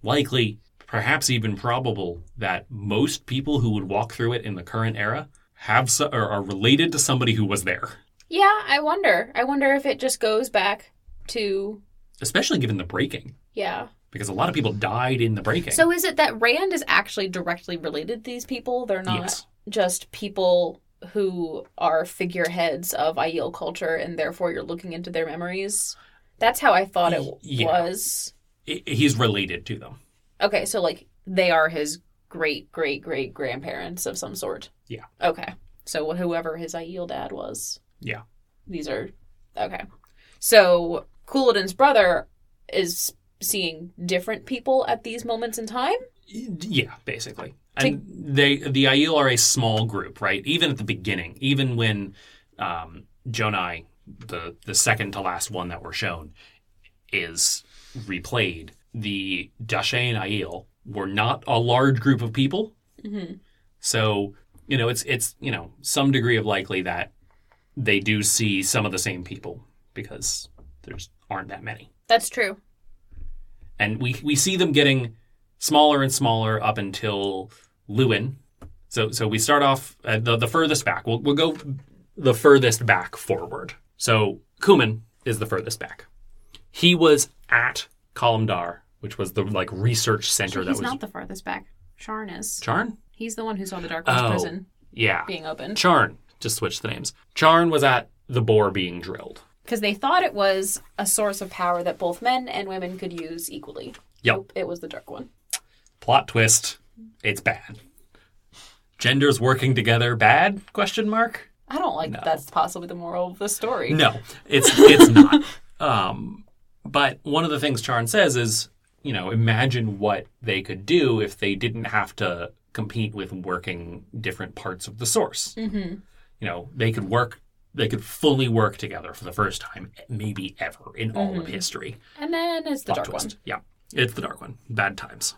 likely, perhaps even probable, that most people who would walk through it in the current era have so, or are related to somebody who was there. yeah. I wonder. I wonder if it just goes back to Especially given the breaking, yeah. because a lot of people died in the breaking. So is it that Rand is actually directly related to these people? They're not Yes. just people who are figureheads of Aiel culture, and therefore you're looking into their memories. That's how I thought it Y- yeah. was. I- he's related to them. Okay, so like they are his great great great grandparents of some sort. Yeah. Okay. So wh- whoever his Aiel dad was, Yeah, these are okay. So Cooladin's brother is seeing different people at these moments in time. Yeah, basically. And they the Aiel are a small group, right? Even at the beginning, even when um, Jonai, the the second to last one that we're shown, is replayed, the Dashe and Aiel were not a large group of people. Mm-hmm. So you know, it's it's you know some degree of likely that they do see some of the same people because there's aren't that many That's true. and we we see them getting smaller and smaller up until Lewin. So so we start off at the the furthest back. We'll we'll go the furthest back forward. So Kuman is the furthest back. He was at Kalimdar, which was the like research center that He's was not the farthest back. Sharn is. Charn. He's the one who saw the Dark One's Oh. prison Yeah, being opened Charn. Just switch the names. Charn was at the boar being drilled. because they thought it was a source of power that both men and women could use equally. Yep. Nope, it was the Dark One. Plot twist. It's bad. Genders working together bad? Question mark. I don't like that. That's possibly the moral of the story. No, it's it's not. Um, but one of the things Charn says is, you know, imagine what they could do if they didn't have to compete with working different parts of the source. Mm-hmm. You know, they could work. They could fully work together for the first time, maybe ever in all of history. And then it's Mm-hmm. the Plot Dark One. twist. Yeah, it's the dark one. Bad times.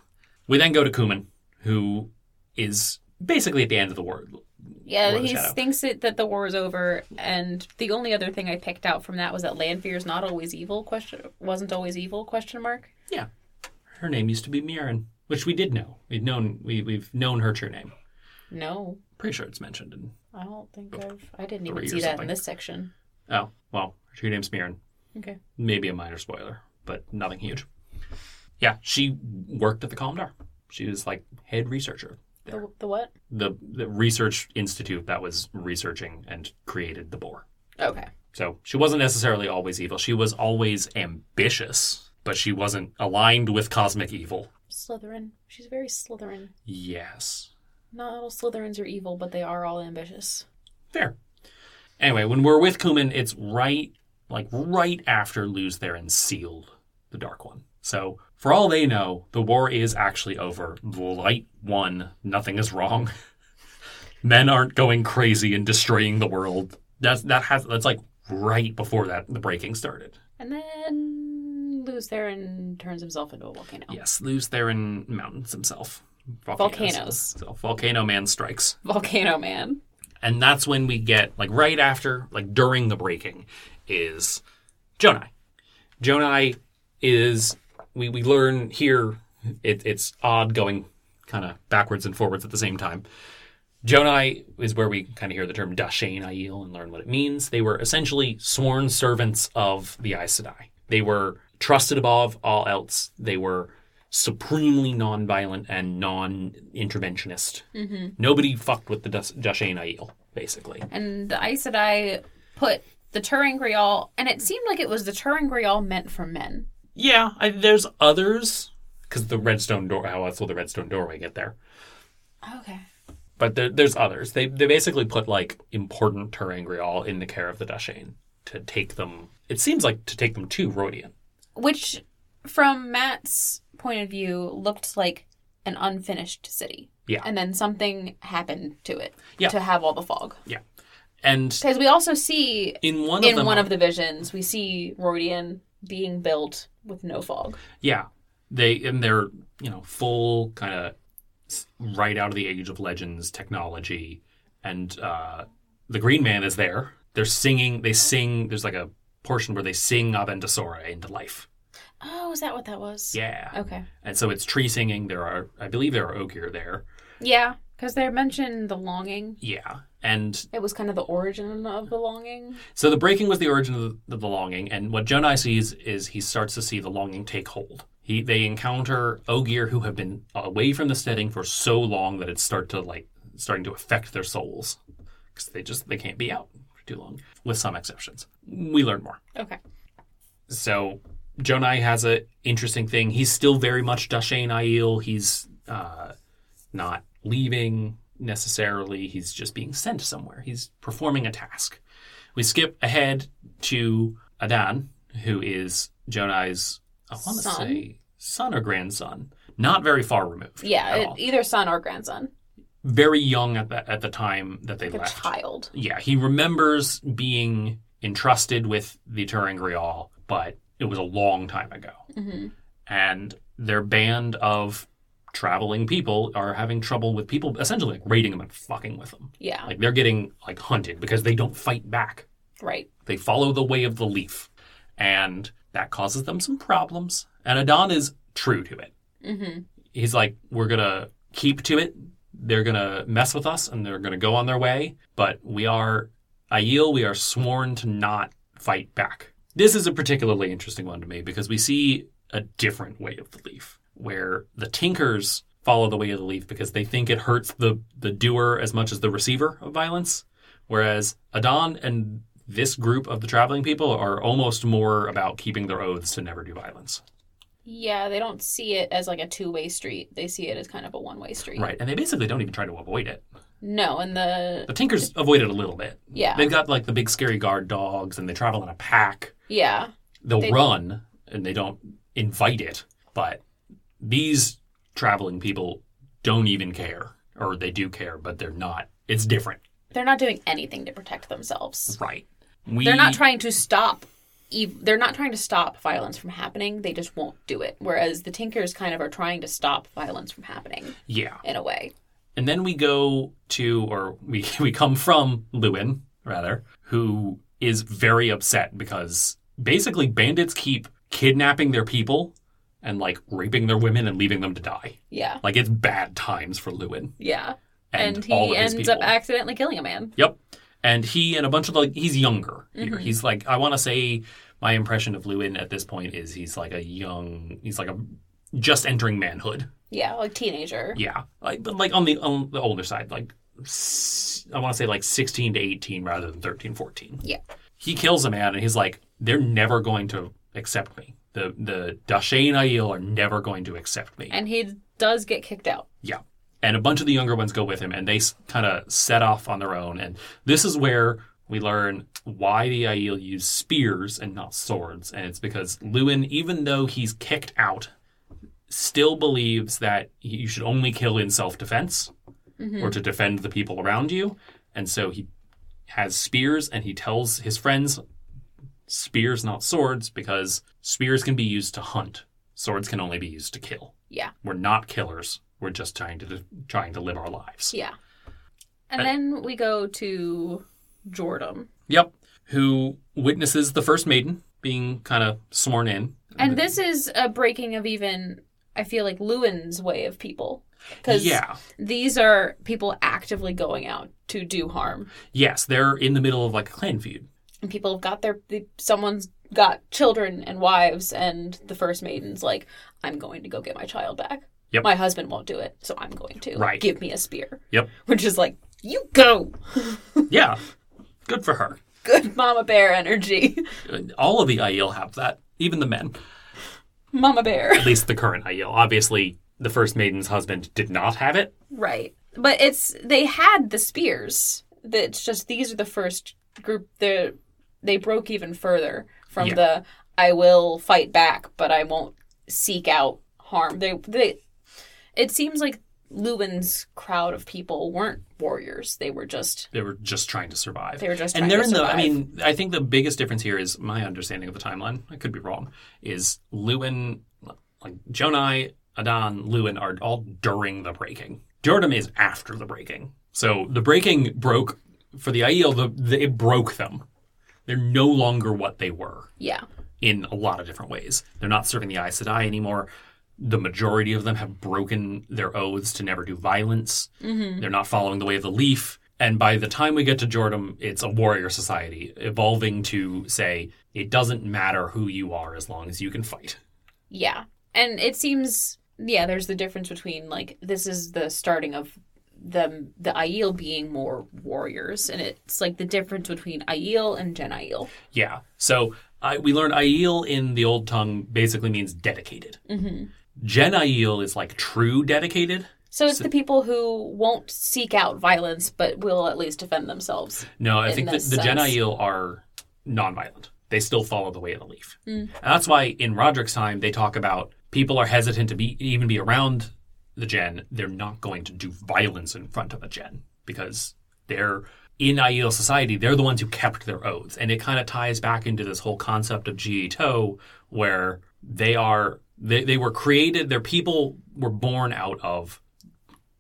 We then go to Kuman, who is basically at the end of the war. War Yeah, of the he Shadow. thinks that, that the war is over, and the only other thing I picked out from that was that Lanfear is not always evil. Question wasn't always evil? Question mark. Yeah. Her name used to be Mirren, which we did know. We'd known we we've known her true name. No, Pretty sure it's mentioned in I don't think I've. I didn't even Oh, Three or see that something. in this section. Oh, well, her true name's Mirren. Okay. Maybe a minor spoiler, but nothing huge. Yeah, she worked at the Commodore. She was like head researcher. The, the what? The, the research institute that was researching and created the boar. Okay. So she wasn't necessarily always evil. She was always ambitious, but she wasn't aligned with cosmic evil. Slytherin. She's very Slytherin. Yes. Not all Slytherins are evil, but they are all ambitious. Fair. Anyway, when we're with Kuman, it's right, like right after Lose There and Sealed, the Dark One. So for all they know, the war is actually over. The light won. Nothing is wrong. Men aren't going crazy and destroying the world. That's that has that's like right before that the breaking started. And then Luz Theron turns himself into a Oh. volcano. Yes, Luz Theron mountains himself. Volcanoes. So Volcano Man strikes. Volcano Man. And that's when we get, like, right after, like, during the breaking, is Jonai. Jonai is, we, we learn here, it, it's odd going kind of backwards and forwards at the same time. Jonai is where we kind of hear the term Dashain Aiel and learn what it means. They were essentially sworn servants of the Aes Sedai. They were trusted above all else. They were supremely nonviolent and non-interventionist. Nobody fucked with the Dus- Dashain Aiel, basically. And the Aes Sedai put the Turing Grial, and it seemed like it was the Turing Grial meant for men. Yeah, I, there's others because the redstone door. How else will the redstone doorway get there? Okay. But there, there's others. They they basically put like important Turangrial in the care of the Dashain to take them. It seems like to take them to Rodian. Which, from Matt's point of view, looked like an unfinished city. Yeah. And then something happened to it Yeah. to have all the fog. Yeah, and Because we also see in one of in them, one of the visions, we see Rodian being built with no fog. yeah, they and they're you know full kind of right out of the Age of Legends technology, and uh, the Green Man is there. They're singing. They sing. There's like a portion where they sing Aventasora into life. Oh, is that what that was? Yeah. Okay. And so it's tree singing. There are, I believe, there are ogier there. Yeah. Because they mentioned the longing. Yeah. And It was kind of the origin of the longing. so the breaking was the origin of the, of the longing. And what Jonai sees is he starts to see the longing take hold. He they encounter ogier who have been away from the steading for so long that it's start to like starting to affect their souls because they just they can't be out for too long. With some exceptions, we learn more. Okay. So Jonai has a interesting thing. He's still very much Dashane Aiel. He's uh, not leaving necessarily. He's just being sent somewhere. He's performing a task. We skip ahead to Adan, who is Jonai's I want to Son? say son or grandson. Not very far removed. Yeah. at it- all. either son or grandson. very young at the at the time that they Like a left. child. Yeah, he remembers being entrusted with the Turing Grial, but it was a long time ago. Mm-hmm. And their band of traveling people are having trouble with people essentially like raiding them and fucking with them. Yeah. Like they're getting like hunted because they don't fight back. Right. They follow the way of the leaf. And that causes them some problems. And Adon is true to it. Mm-hmm. He's like, we're going to keep to it. They're going to mess with us and they're going to go on their way. But we are, Aiel, we are sworn to not fight back. This is a particularly interesting one to me because we see a different way of the leaf where the tinkers follow the way of the leaf because they think it hurts the, the doer as much as the receiver of violence. Whereas Adon and this group of the traveling people are almost more about keeping their oaths to never do violence. Yeah. They don't see it as like a two way street. They see it as kind of a one way street. Right. And they basically don't even try to avoid it. No. And the. The Tinkers avoid it a little bit. Yeah. They've got like the big scary guard dogs and they travel in a pack. yeah. They'll They- run and they don't invite it. But these traveling people don't even care. Or they do care, but they're not. It's different. They're not doing anything to protect themselves. Right. We, They're not trying to stop. ev- They're not trying to stop violence from happening. They just won't do it. Whereas the Tinkers kind of are trying to stop violence from happening Yeah. in a way. And then we go to, or we, we come from Lewin, rather, who is very upset because basically bandits keep kidnapping their people and like raping their women and leaving them to die. Yeah, Like it's bad times for Lewin. yeah. And And, all he of his ends up people. accidentally killing a man. Yep. And he and a bunch of like he's younger here. Mm-hmm. He's like I want to say my impression of Lewin at this point is he's like a young he's like a just entering manhood Yeah, like teenager. Yeah, like, but like on the on the older side, like s- I want to say like 16 to 18 rather than 13, 14. Yeah. He kills a man and he's like, they're never going to accept me. The the Dashe and Aiel are never going to accept me. And he does get kicked out. Yeah. And a bunch of the younger ones go with him and they kind of set off on their own. And this is where we learn why the Aiel use spears and not swords. And it's because Lewin, even though he's kicked out, still believes that you should only kill in self defense Hmm. or to defend the people around you. And so he has spears and he tells his friends spears, not swords, because spears can be used to hunt, swords can only be used to kill. Yeah. We're not killers. We're just trying to trying to live our lives. Yeah. And I- then we go to Jordan. Yep. Who witnesses the first maiden being kind of sworn in? And this is a breaking of even, I feel like, Lewin's way of people. Because yeah, these are people actively going out to do harm. yes, they're in the middle of like a clan feud. And people have got their, the- someone's got children and wives, and the first maiden's like, I'm going to go get my child back. Yep. My husband won't do it, so I'm going to. Right. Give me a spear. Yep. Which is like, you go! yeah, good for her. Good mama bear energy. All of the Aiel have that, even the men. mama bear. At least the current Aiel. Obviously, the first maiden's husband did not have it. Right. But it's they had the spears. That's just these are the first group they they broke even further from Yeah. the I will fight back, but I won't seek out harm. They they it seems like Lewin's crowd of people weren't warriors. They were just They were just trying to survive. they were just and trying they're to in the i survive. mean i think the biggest difference here is my understanding of the timeline i could be wrong is lewin like jonai adan lewin are all during the breaking jordan is after the breaking so the breaking broke for the iel the, the, it broke them they're no longer what they were yeah. in a lot of different ways they're not serving the Aes Sedai anymore the majority of them have broken their oaths to never do violence Mm-hmm. they're not following the way of the leaf. And by the time we get to Jordan, it's a warrior society evolving to say it doesn't matter who you are as long as you can fight. Yeah. And it seems yeah, there's the difference between like this is the starting of them the Aiel being more warriors and it's like the difference between Aiel and Gen Aiel. Yeah. So I, we learned Aiel in the old tongue basically means dedicated. Mm-hmm. Gen Aiel is like true dedicated. So it's the people who won't seek out violence but will at least defend themselves. No, I In think that this the Gen sense. Aiel are nonviolent. They still follow the way of the leaf. Mm. And that's why in Roderick's time, they talk about people are hesitant to be even be around the Gen. They're not going to do violence in front of a Gen because they're in Aiel society. They're the ones who kept their oaths. And it kind of ties back into this whole concept of Jito where they are, they, they were created, their people were born out of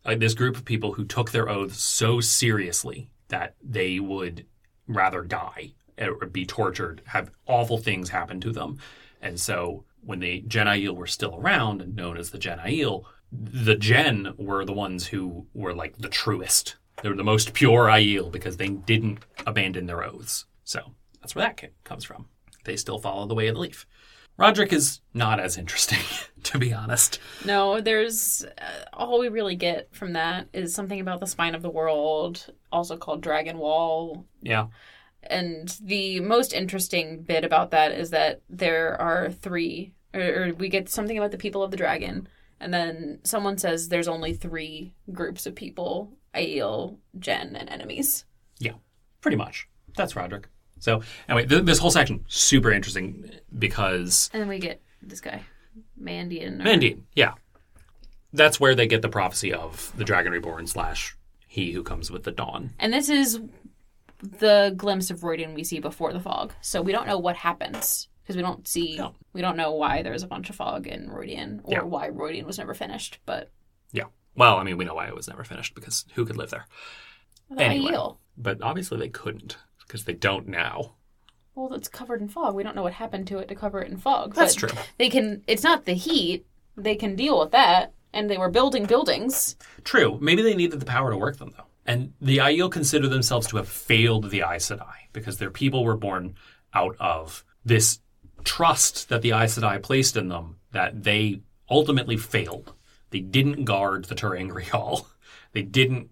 uh, this group of people who took their oaths so seriously that they would rather die eh, or be tortured, have awful things happen to them. And so when the Jediil were still around and known as the Jediil, the Gen were the ones who were like the truest. They were the most pure Aiel because they didn't abandon their oaths. So that's where that ca- comes from. They still follow the way of the leaf. Roderick is not as interesting, to be honest. No, there's uh, all we really get from that is something about the spine of the world, also called Dragon Wall, Yeah. and the most interesting bit about that is that there are three or, or we get something about the people of the dragon and then someone says there's only three groups of people Aiel, Jen, and enemies. Yeah, pretty much. That's Roderick. So anyway, th- this whole section super interesting because And then we get this guy, Mandian. or- Mandy, yeah, that's where they get the prophecy of the Dragon Reborn slash He Who Comes with the Dawn. And this is the glimpse of Royden we see before the fog. So we don't know what happens because we don't see, No. we don't know why there's a bunch of fog in Royden or Yeah. why Royden was never finished, but Yeah. Well, I mean, we know why it was never finished because who could live there? the Anyway. Aiel. But obviously they couldn't because they don't now. Well, it's covered in fog. We don't know what happened to it to cover it in fog. That's but true. They can. It's not the heat. They can deal with that. And they were building buildings. True. Maybe they needed the power to work them, though. And the Aiel consider themselves to have failed the Aes Sedai because their people were born out of this trust that the Aes Sedai placed in them that they ultimately failed. The They didn't guard the Turangri Hall. They didn't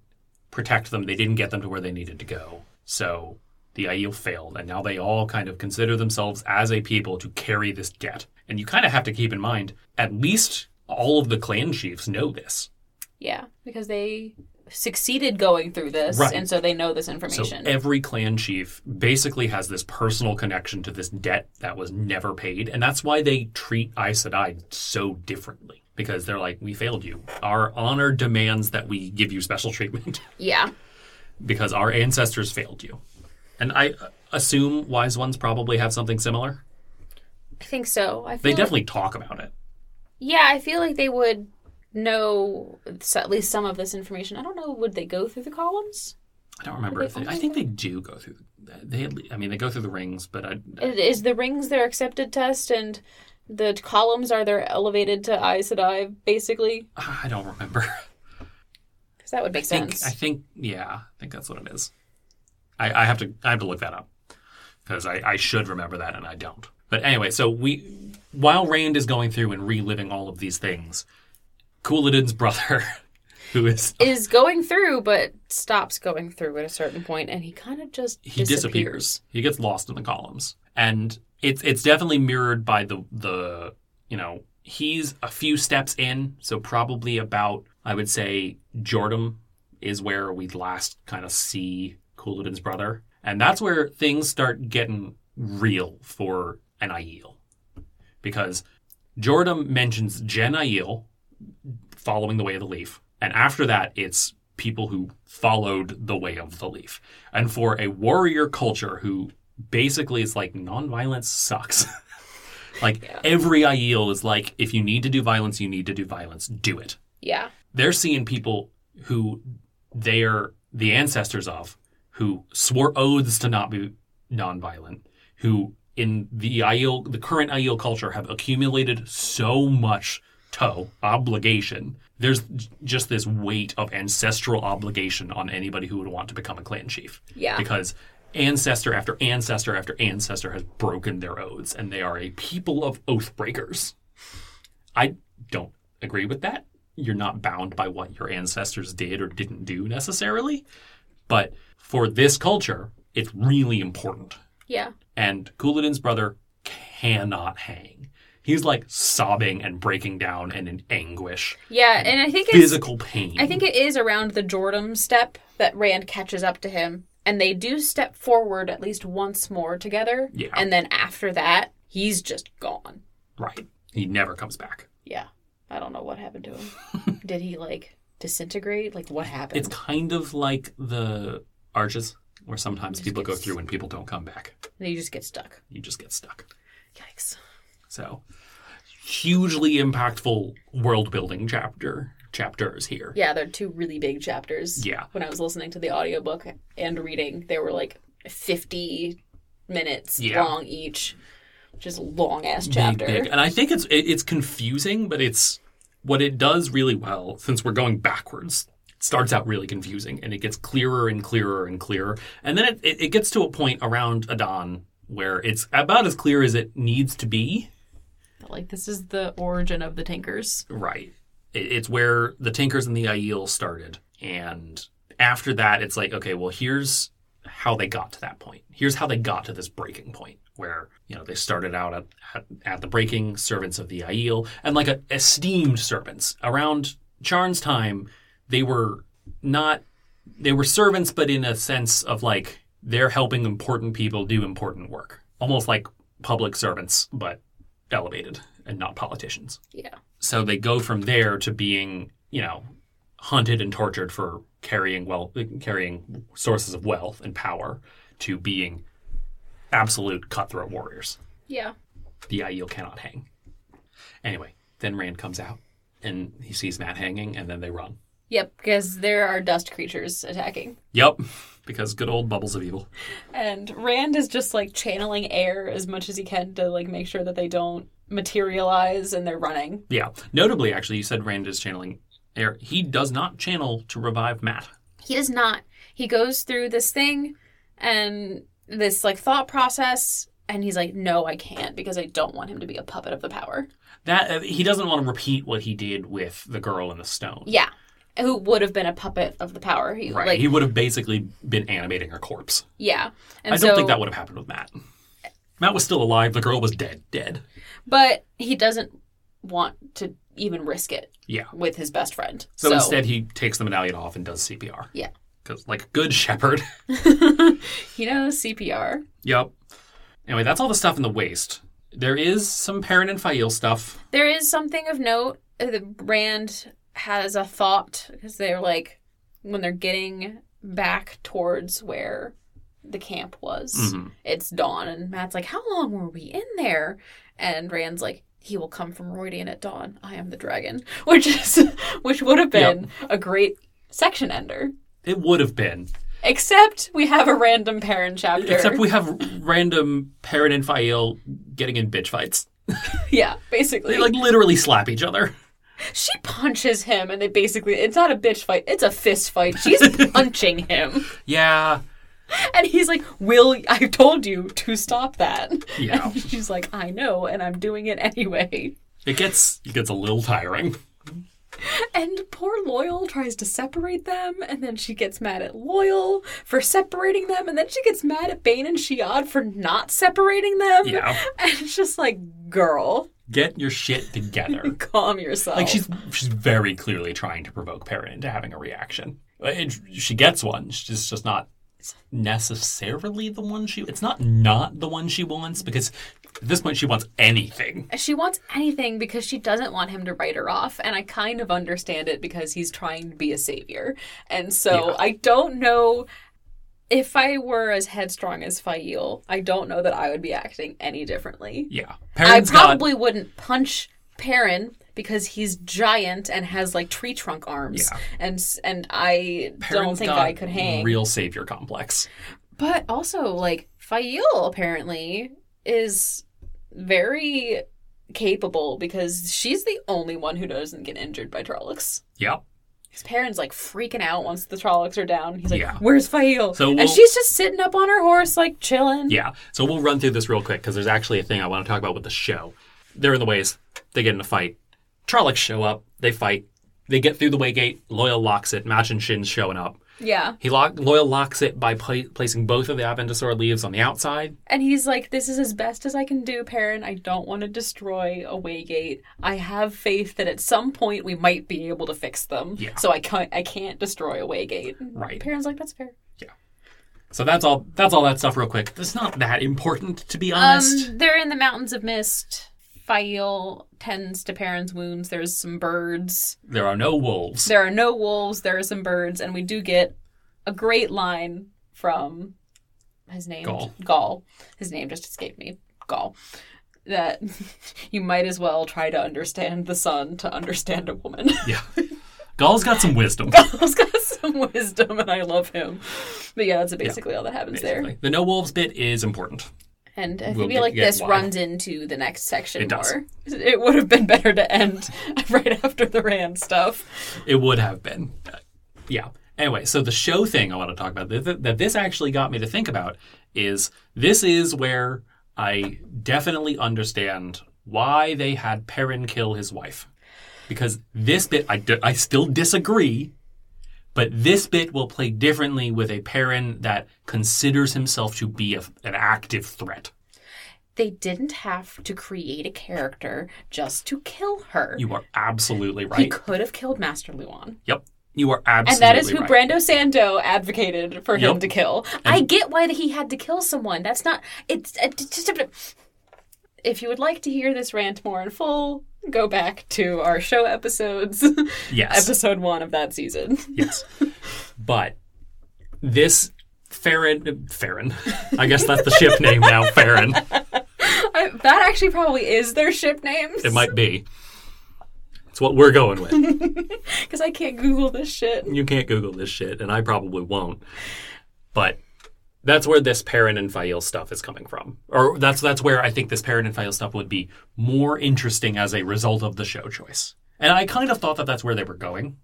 protect them. They didn't get them to where they needed to go. So the Aiel failed, and now they all kind of consider themselves as a people to carry this debt. And you kind of have to keep in mind, at least all of the clan chiefs know this. Yeah, because they succeeded going through this, Right. and so they know this So information. every clan chief basically has this personal connection to this debt that was never paid, and that's why they treat Aes Sedai so differently. Because they're like, we failed you. Our honor demands that we give you special treatment yeah, because our ancestors failed you. And I uh, assume wise ones probably have something similar. I think so. I feel They like- definitely talk about it. yeah, I feel like they would know s- at least some of this information. I don't know. Would they go through the columns? I don't remember. They If they, I always think they do go through. They, at le- I mean, they go through the rings, but I, Is- Is the rings their accepted test, and the columns are their elevated to Aes Sedai, basically? I don't remember. Because that would make think sense. I think yeah, I think that's what it is. I, I have to I have to look that up because I, I should remember that and I don't. But anyway, so we while Rand is going through and reliving all of these things, Cooladin's brother, who is is going through, but stops going through at a certain point, and he kind of just he disappears. He gets lost in the columns, and it's it's definitely mirrored by the the you know he's a few steps in, so probably about I would say Jordan is where we last kind of see Cooladin's brother, and that's where things start getting real for an Aiel, because Jordan mentions Jen Aiel following the way of the leaf. And after that, it's people who followed the way of the leaf. And for a warrior culture who basically is like, nonviolence sucks. like, every Aiel is like, if you need to do violence, you need to do violence. Do it. Yeah, They're seeing people who they're the ancestors of, who swore oaths to not be nonviolent, who in the Aiel, the current Aiel culture have accumulated so much toe obligation. There's j- just this weight of ancestral obligation on anybody who would want to become a clan chief. Yeah. Because ancestor after ancestor after ancestor has broken their oaths and they are a people of oath breakers. I don't agree with that. You're not bound by what your ancestors did or didn't do necessarily. But for this culture, it's really important. yeah. And Kuladin's brother cannot hang. He's like sobbing and breaking down and in anguish, Yeah, and I think it's physical pain. I think it is around the Jordan step that Rand catches up to him, and they do step forward at least once more together. Yeah. And then after that, he's just gone. right. He never comes back. Yeah. I don't know what happened to him. Did he like disintegrate? Like what happened? It's kind of like the arches, where sometimes people go through and people don't come back. and he just gets stuck. You just get stuck. Yikes. So hugely impactful world building chapter chapters here. Yeah, they're two really big chapters. Yeah. When I was listening to the audiobook and reading, they were like 50 minutes Yeah. long each, which is a long ass Big, chapter. big. And I think it's it, it's confusing, but it's what it does really well since we're going backwards. It starts out really confusing and it gets clearer and clearer and clearer. And then it, it, it gets to a point around Adon where it's about as clear as it needs to be. Like, this is the origin of the Tinkers. Right. It, it's where the Tinkers and the Aiel started. And after that, it's like, okay, well, here's how they got to that point. Here's how they got to this breaking point where, you know, they started out at, at, at the breaking, servants of the Aiel, and like a, esteemed servants. Around Charn's time, they were not, they were servants, but in a sense of like, they're helping important people do important work. Almost like public servants, but elevated and not politicians Yeah. so they go from there to being you know hunted and tortured for carrying wealth carrying sources of wealth and power to being absolute cutthroat warriors Yeah. the Aiel cannot hang anyway then rand comes out and he sees matt hanging and then they run Yep, because there are dust creatures attacking. yep because good old bubbles of evil And Rand is just like channeling air as much as he can to like make sure that they don't materialize and they're running. yeah notably actually you said rand is channeling air he does not channel to revive matt He does not. He goes through this thing and this like thought process And he's like, no, I can't because I don't want him to be a puppet of the power. That uh, he doesn't want to repeat what he did with the girl in the stone. Yeah. Who would have been a puppet of the power. He, Right. Like, he would have basically been animating her corpse. yeah. And I don't think that would have happened with Matt. Matt was still alive. The girl was dead. Dead. But he doesn't want to even risk it Yeah. with his best friend. So, instead, he takes the medallion off and does CPR. Yeah. Because, like, a good shepherd. he knows CPR. yep. Anyway, that's all the stuff in the waste. There is some Perrin and Fael stuff. There is something of note. uh, The Rand has a thought because they're like, when they're getting back towards where the camp was, Mhm. it's dawn. And Matt's like, How long were we in there? And Rand's like, he will come from Roydian at dawn. I am the dragon, which is which would have been a great section ender. It would have been. Except we have a random parent chapter. Except we have random Perrin and Fael getting in bitch fights. yeah, basically, They, like, literally slap each other. she punches him, and they basically—it's not a bitch fight; it's a fist fight. She's punching him, Yeah. and he's like, "Will I told you to stop that?" Yeah. And she's like, "I know, and I'm doing it anyway." It gets it gets a little tiring. And poor Loyal tries to separate them, and then she gets mad at Loyal for separating them, and then she gets mad at Bane and Shiad for not separating them. Yeah. and it's just like, girl, Get your shit together. calm yourself. Like she's she's very clearly trying to provoke Perrin into having a reaction. It, she gets one. She's just not necessarily the one she. It's not not the one she wants because at this point she wants anything. She wants anything because she doesn't want him to write her off, and I kind of understand it because he's trying to be a savior. And so Yeah. I don't know if I were as headstrong as Fael, I don't know that I would be acting any differently. Yeah, I Perrin's probably wouldn't punch Perrin because he's giant and has like tree trunk arms, Yeah. and s- and I got don't Perrin's think got I could hang. Real savior complex. But also, like, Fayil apparently is very capable because she's the only one who doesn't get injured by Trollocs. Yep. His parents like freaking out once the Trollocs are down. He's like, Yeah. "Where's Fayil?" So we'll- and she's just sitting up on her horse, like chilling. Yeah. So we'll run through this real quick because there's actually a thing I want to talk about with the show. They're in the ways. They get in a fight. Trollocs show up. They fight. They get through the way gate. Loyal locks it. Match and Shin's showing up. Yeah. He lock, Loyal locks it by pla- placing both of the Aventasaur leaves on the outside. And he's like, "This is as best as I can do, Perrin. I don't want to destroy a Waygate. I have faith that at some point we might be able to fix them. Yeah. So I can't, I can't destroy a Waygate." Right. Mm-hmm. Perrin's like, "That's fair." So that's all. That's all that stuff, real quick. It's not that important, to be honest. Um, they're in the mountains of mist. Fael tends to Perrin's wounds. There's some birds. there are no wolves. There are no wolves. There are some birds, and we do get a great line from his name Gaul. Gaul. His name just escaped me. Gaul. That you might as well try to understand the sun to understand a woman. yeah. Gaul's got some wisdom. Gaul's got some wisdom, and I love him. But yeah, that's basically all that happens there. basically. The no wolves bit is important. And I We'll feel get- like get this why. runs into the next section It does. more. It would have been better to end right after the Rand stuff. It would have been. Uh, Yeah. Anyway, so the show thing I want to talk about that- that that this actually got me to think about is this is where I definitely understand why they had Perrin kill his wife. Because this bit, I, d- I still disagree, but this bit will play differently with a Perrin that considers himself to be a, an active threat. They didn't have to create a character just to kill her. You are absolutely He right. could have killed Master Luon. Yep. You are absolutely And that is who right. Brando Sando advocated for him Yep. to kill. I get why he had to kill someone. That's not. It's, it's just a. If you would like to hear this rant more in full, go back to our show episodes, yes. episode one of that season. Yes. But this Farron, Farron, I guess that's the ship name now, Farron. I, that actually probably is their ship names. It might be. It's what we're going with. because I can't Google this shit. You can't Google this shit, and I probably won't. But that's where this Perrin and Fael stuff is coming from. Or that's that's where I think this Perrin and Fael stuff would be more interesting as a result of the show choice. And I kind of thought that that's where they were going.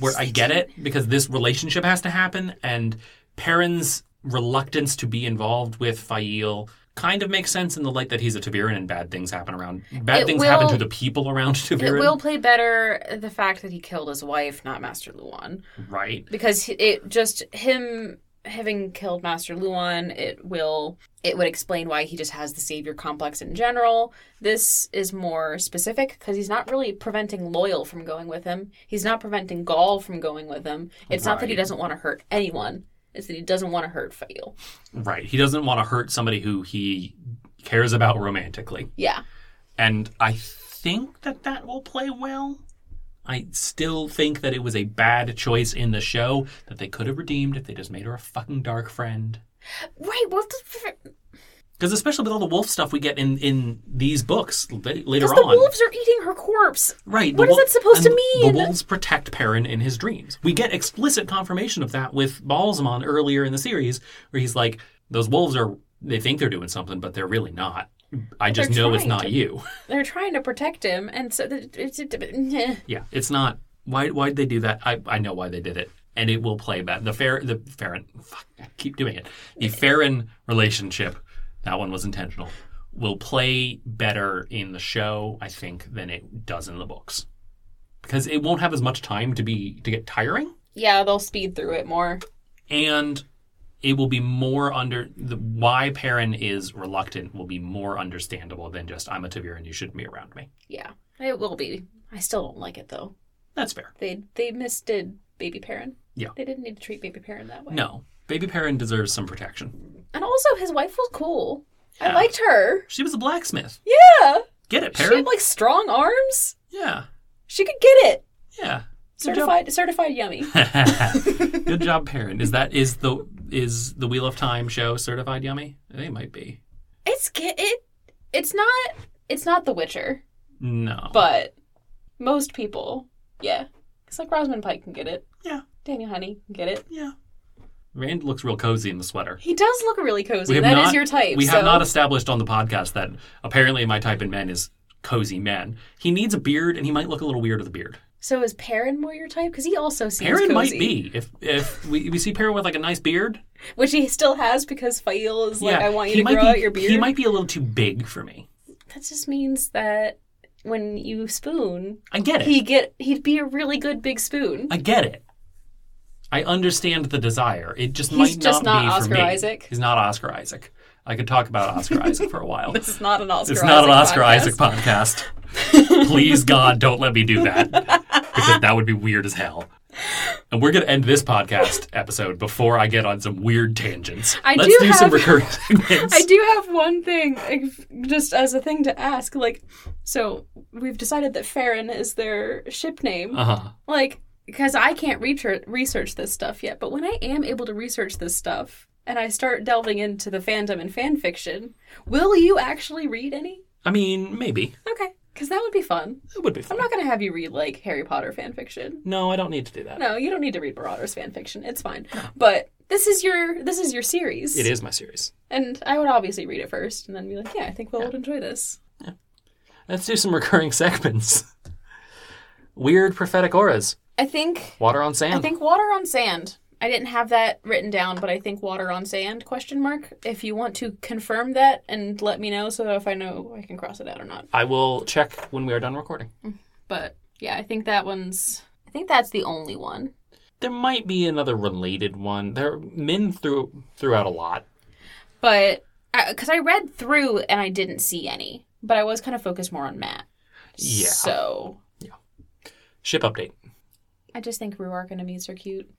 Where I get it because this relationship has to happen, and Perrin's reluctance to be involved with Fael kind of makes sense in the light that he's a Taviran and bad things happen around. Bad It things happen will- to the people around It Taviran, will play better the fact that he killed his wife, not Master Luan, right? because he- it just him having killed Master Luan, it will it would explain why he just has the savior complex in general. This is more specific because he's not really preventing Loyal from going with him. He's not preventing Gaul from going with him. It's not that he Right. doesn't want to hurt anyone. It's that he doesn't want to hurt Fael. Right. He doesn't want to hurt somebody who he cares about romantically. Yeah. And I think that that will play well. I still think that it was a bad choice in the show that they could have redeemed if they just made her a fucking dark friend. Right. What the Because especially with all the wolf stuff we get in in these books la- later Because the on, wolves are eating her corpse. right? what the is that supposed to and mean? The wolves protect Perrin in his dreams. We get explicit confirmation of that with Balsamon earlier in the series, where he's like, "Those wolves are. They think they're doing something, but they're really not. I just they're know it's trying not to." you. They're trying to protect him, and so th- it's a, eh. yeah, it's not. Why? Why'd they do that? I I know why they did it." And it will play back the fair the Farron. Fuck, I keep doing it. The Farron relationship, that one was intentional. Will play better in the show, I think, than it does in the books, because it won't have as much time to be to get tiring. yeah, they'll speed through it more. and it will be more under the why Perrin is reluctant will be more understandable than just I'm a Taviran, you shouldn't be around me. Yeah, it will be. I still don't like it though. That's fair. They they misdid baby Perrin. Yeah. they didn't need to treat baby Perrin that way. No, baby Perrin deserves some protection. and also his wife was cool. I Yeah. liked her. She was a blacksmith. Yeah, Get it, she Perrin? had like strong arms. yeah, She could get it. yeah. Good job. Certified certified yummy. Good job, Perrin. Is that is the is the Wheel of Time show certified yummy? They might be. it's get it. It's not. It's not The Witcher, No, but most people, yeah. It's like Rosamund Pike can get it. Yeah. Daniel Honey can get it. yeah. Rand looks real cozy in the sweater. He does look really cozy. We have That is not- your type. We so. have not established on the podcast that apparently my type in men is cozy men. He needs a beard, and he might look a little weird with a beard. So is Perrin more your type? Because he also seems Perrin cozy, might be if if we, we see Perrin with like a nice beard. which he still has because Fael is like, "I want you he to might grow be, out your beard." He might be a little too big for me. That just means that when you spoon, I get it. he get he'd be a really good big spoon. I get it. I understand the desire. It just He's might just not, not be Oscar for me. Isaac. He's not Oscar Isaac. I could talk about Oscar Isaac for a while. This is not an Oscar. It's not an Oscar podcast. Isaac podcast. Please, God, don't let me do that because that would be weird as hell. And we're going to end this podcast episode before I get on some weird tangents. I Let's do do some have- recurring segments. I do have one thing, if- just as a thing to ask. Like, so we've decided that Farron is their ship name. Uh-huh. like because i can't research research this stuff yet but when i am able to research this stuff and i start delving into the fandom and fan fiction will you actually read any I mean, maybe. okay because that would be fun It would be fun. i'm not going to have you read like harry potter fan fiction No, I don't need to do that. no you don't need to read marauders fan fiction it's fine but this is your this is your series It is my series. and i would obviously read it first and then be like yeah i think will would enjoy this Let's do some recurring segments. Weird prophetic auras. i think Water on sand. I think water on sand. I didn't have that written down, but I think water on sand question mark. If you want to confirm that and let me know so that if I know I can cross it out or not. I will check when we are done recording. But yeah, I think that one's I think that's the only one. There might be another related one. There Min threw threw out a lot. But because I read through and I didn't see any, but I was kind of focused more on Matt. Yeah. So Ship update. I just think Ruark and Amis are cute.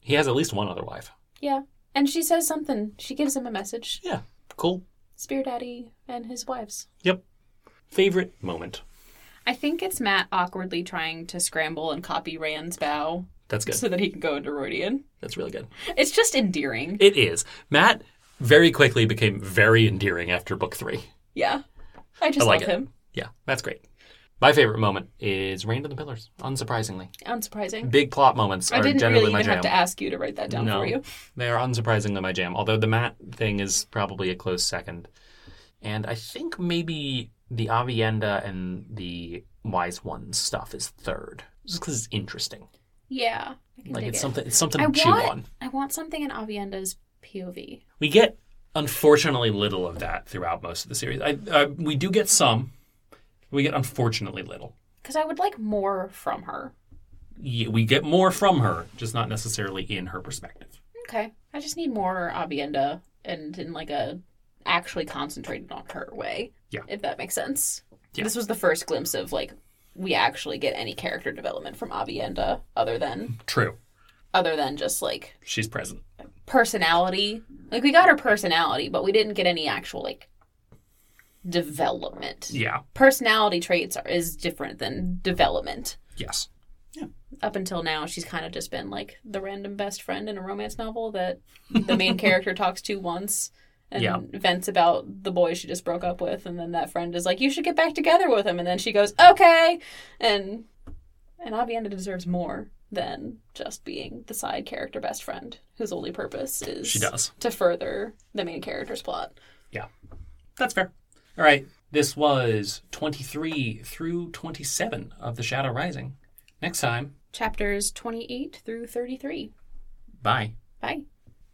He has at least one other wife. Yeah. And she says something. She gives him a message. Yeah. Cool. Spear Daddy and his wives. Yep. Favorite moment. I think it's Matt awkwardly trying to scramble and copy Rand's bow That's good. so that he can go into Rodian. That's really good. It's just endearing. It is. Matt very quickly became very endearing after book three. Yeah. I just I like love it. him. Yeah, that's great. My favorite moment is Rain on the Pillars, unsurprisingly. Unsurprising. Big plot moments I are didn't generally really my even jam. have to ask you to write that down no, for you. they are unsurprisingly my jam, although the Matt thing is probably a close second. And I think maybe the Avienda and the Wise Ones stuff is third, just because it's interesting. Yeah. I can Like dig it's it. something, it's something I to chew want, on. I want something in Avienda's POV. We get unfortunately little of that throughout most of the series. I, I we do get some. We get unfortunately little. Because I would like more from her. Ye- We get more from her, just not necessarily in her perspective. Okay. I just need more Abienda and in like a actually concentrated on her way. Yeah. If that makes sense. Yeah. This was the first glimpse of like we actually get any character development from Abienda other than True, other than just like she's present. personality. Like we got her personality, but we didn't get any actual like development. Yeah. Personality traits are, is different than development. Yes. Up until now, she's kind of just been like the random best friend in a romance novel that the main character talks to once and Yeah. vents about the boy she just broke up with, and then that friend is like, "You should get back together with him," and then she goes, "Okay," and and Avienda deserves more than just being the side character best friend whose only purpose is She does. to further the main character's plot. That's fair. All right. This was 23 through 27 of The Shadow Rising. Next time, Chapters 28 through 33. bye. Bye.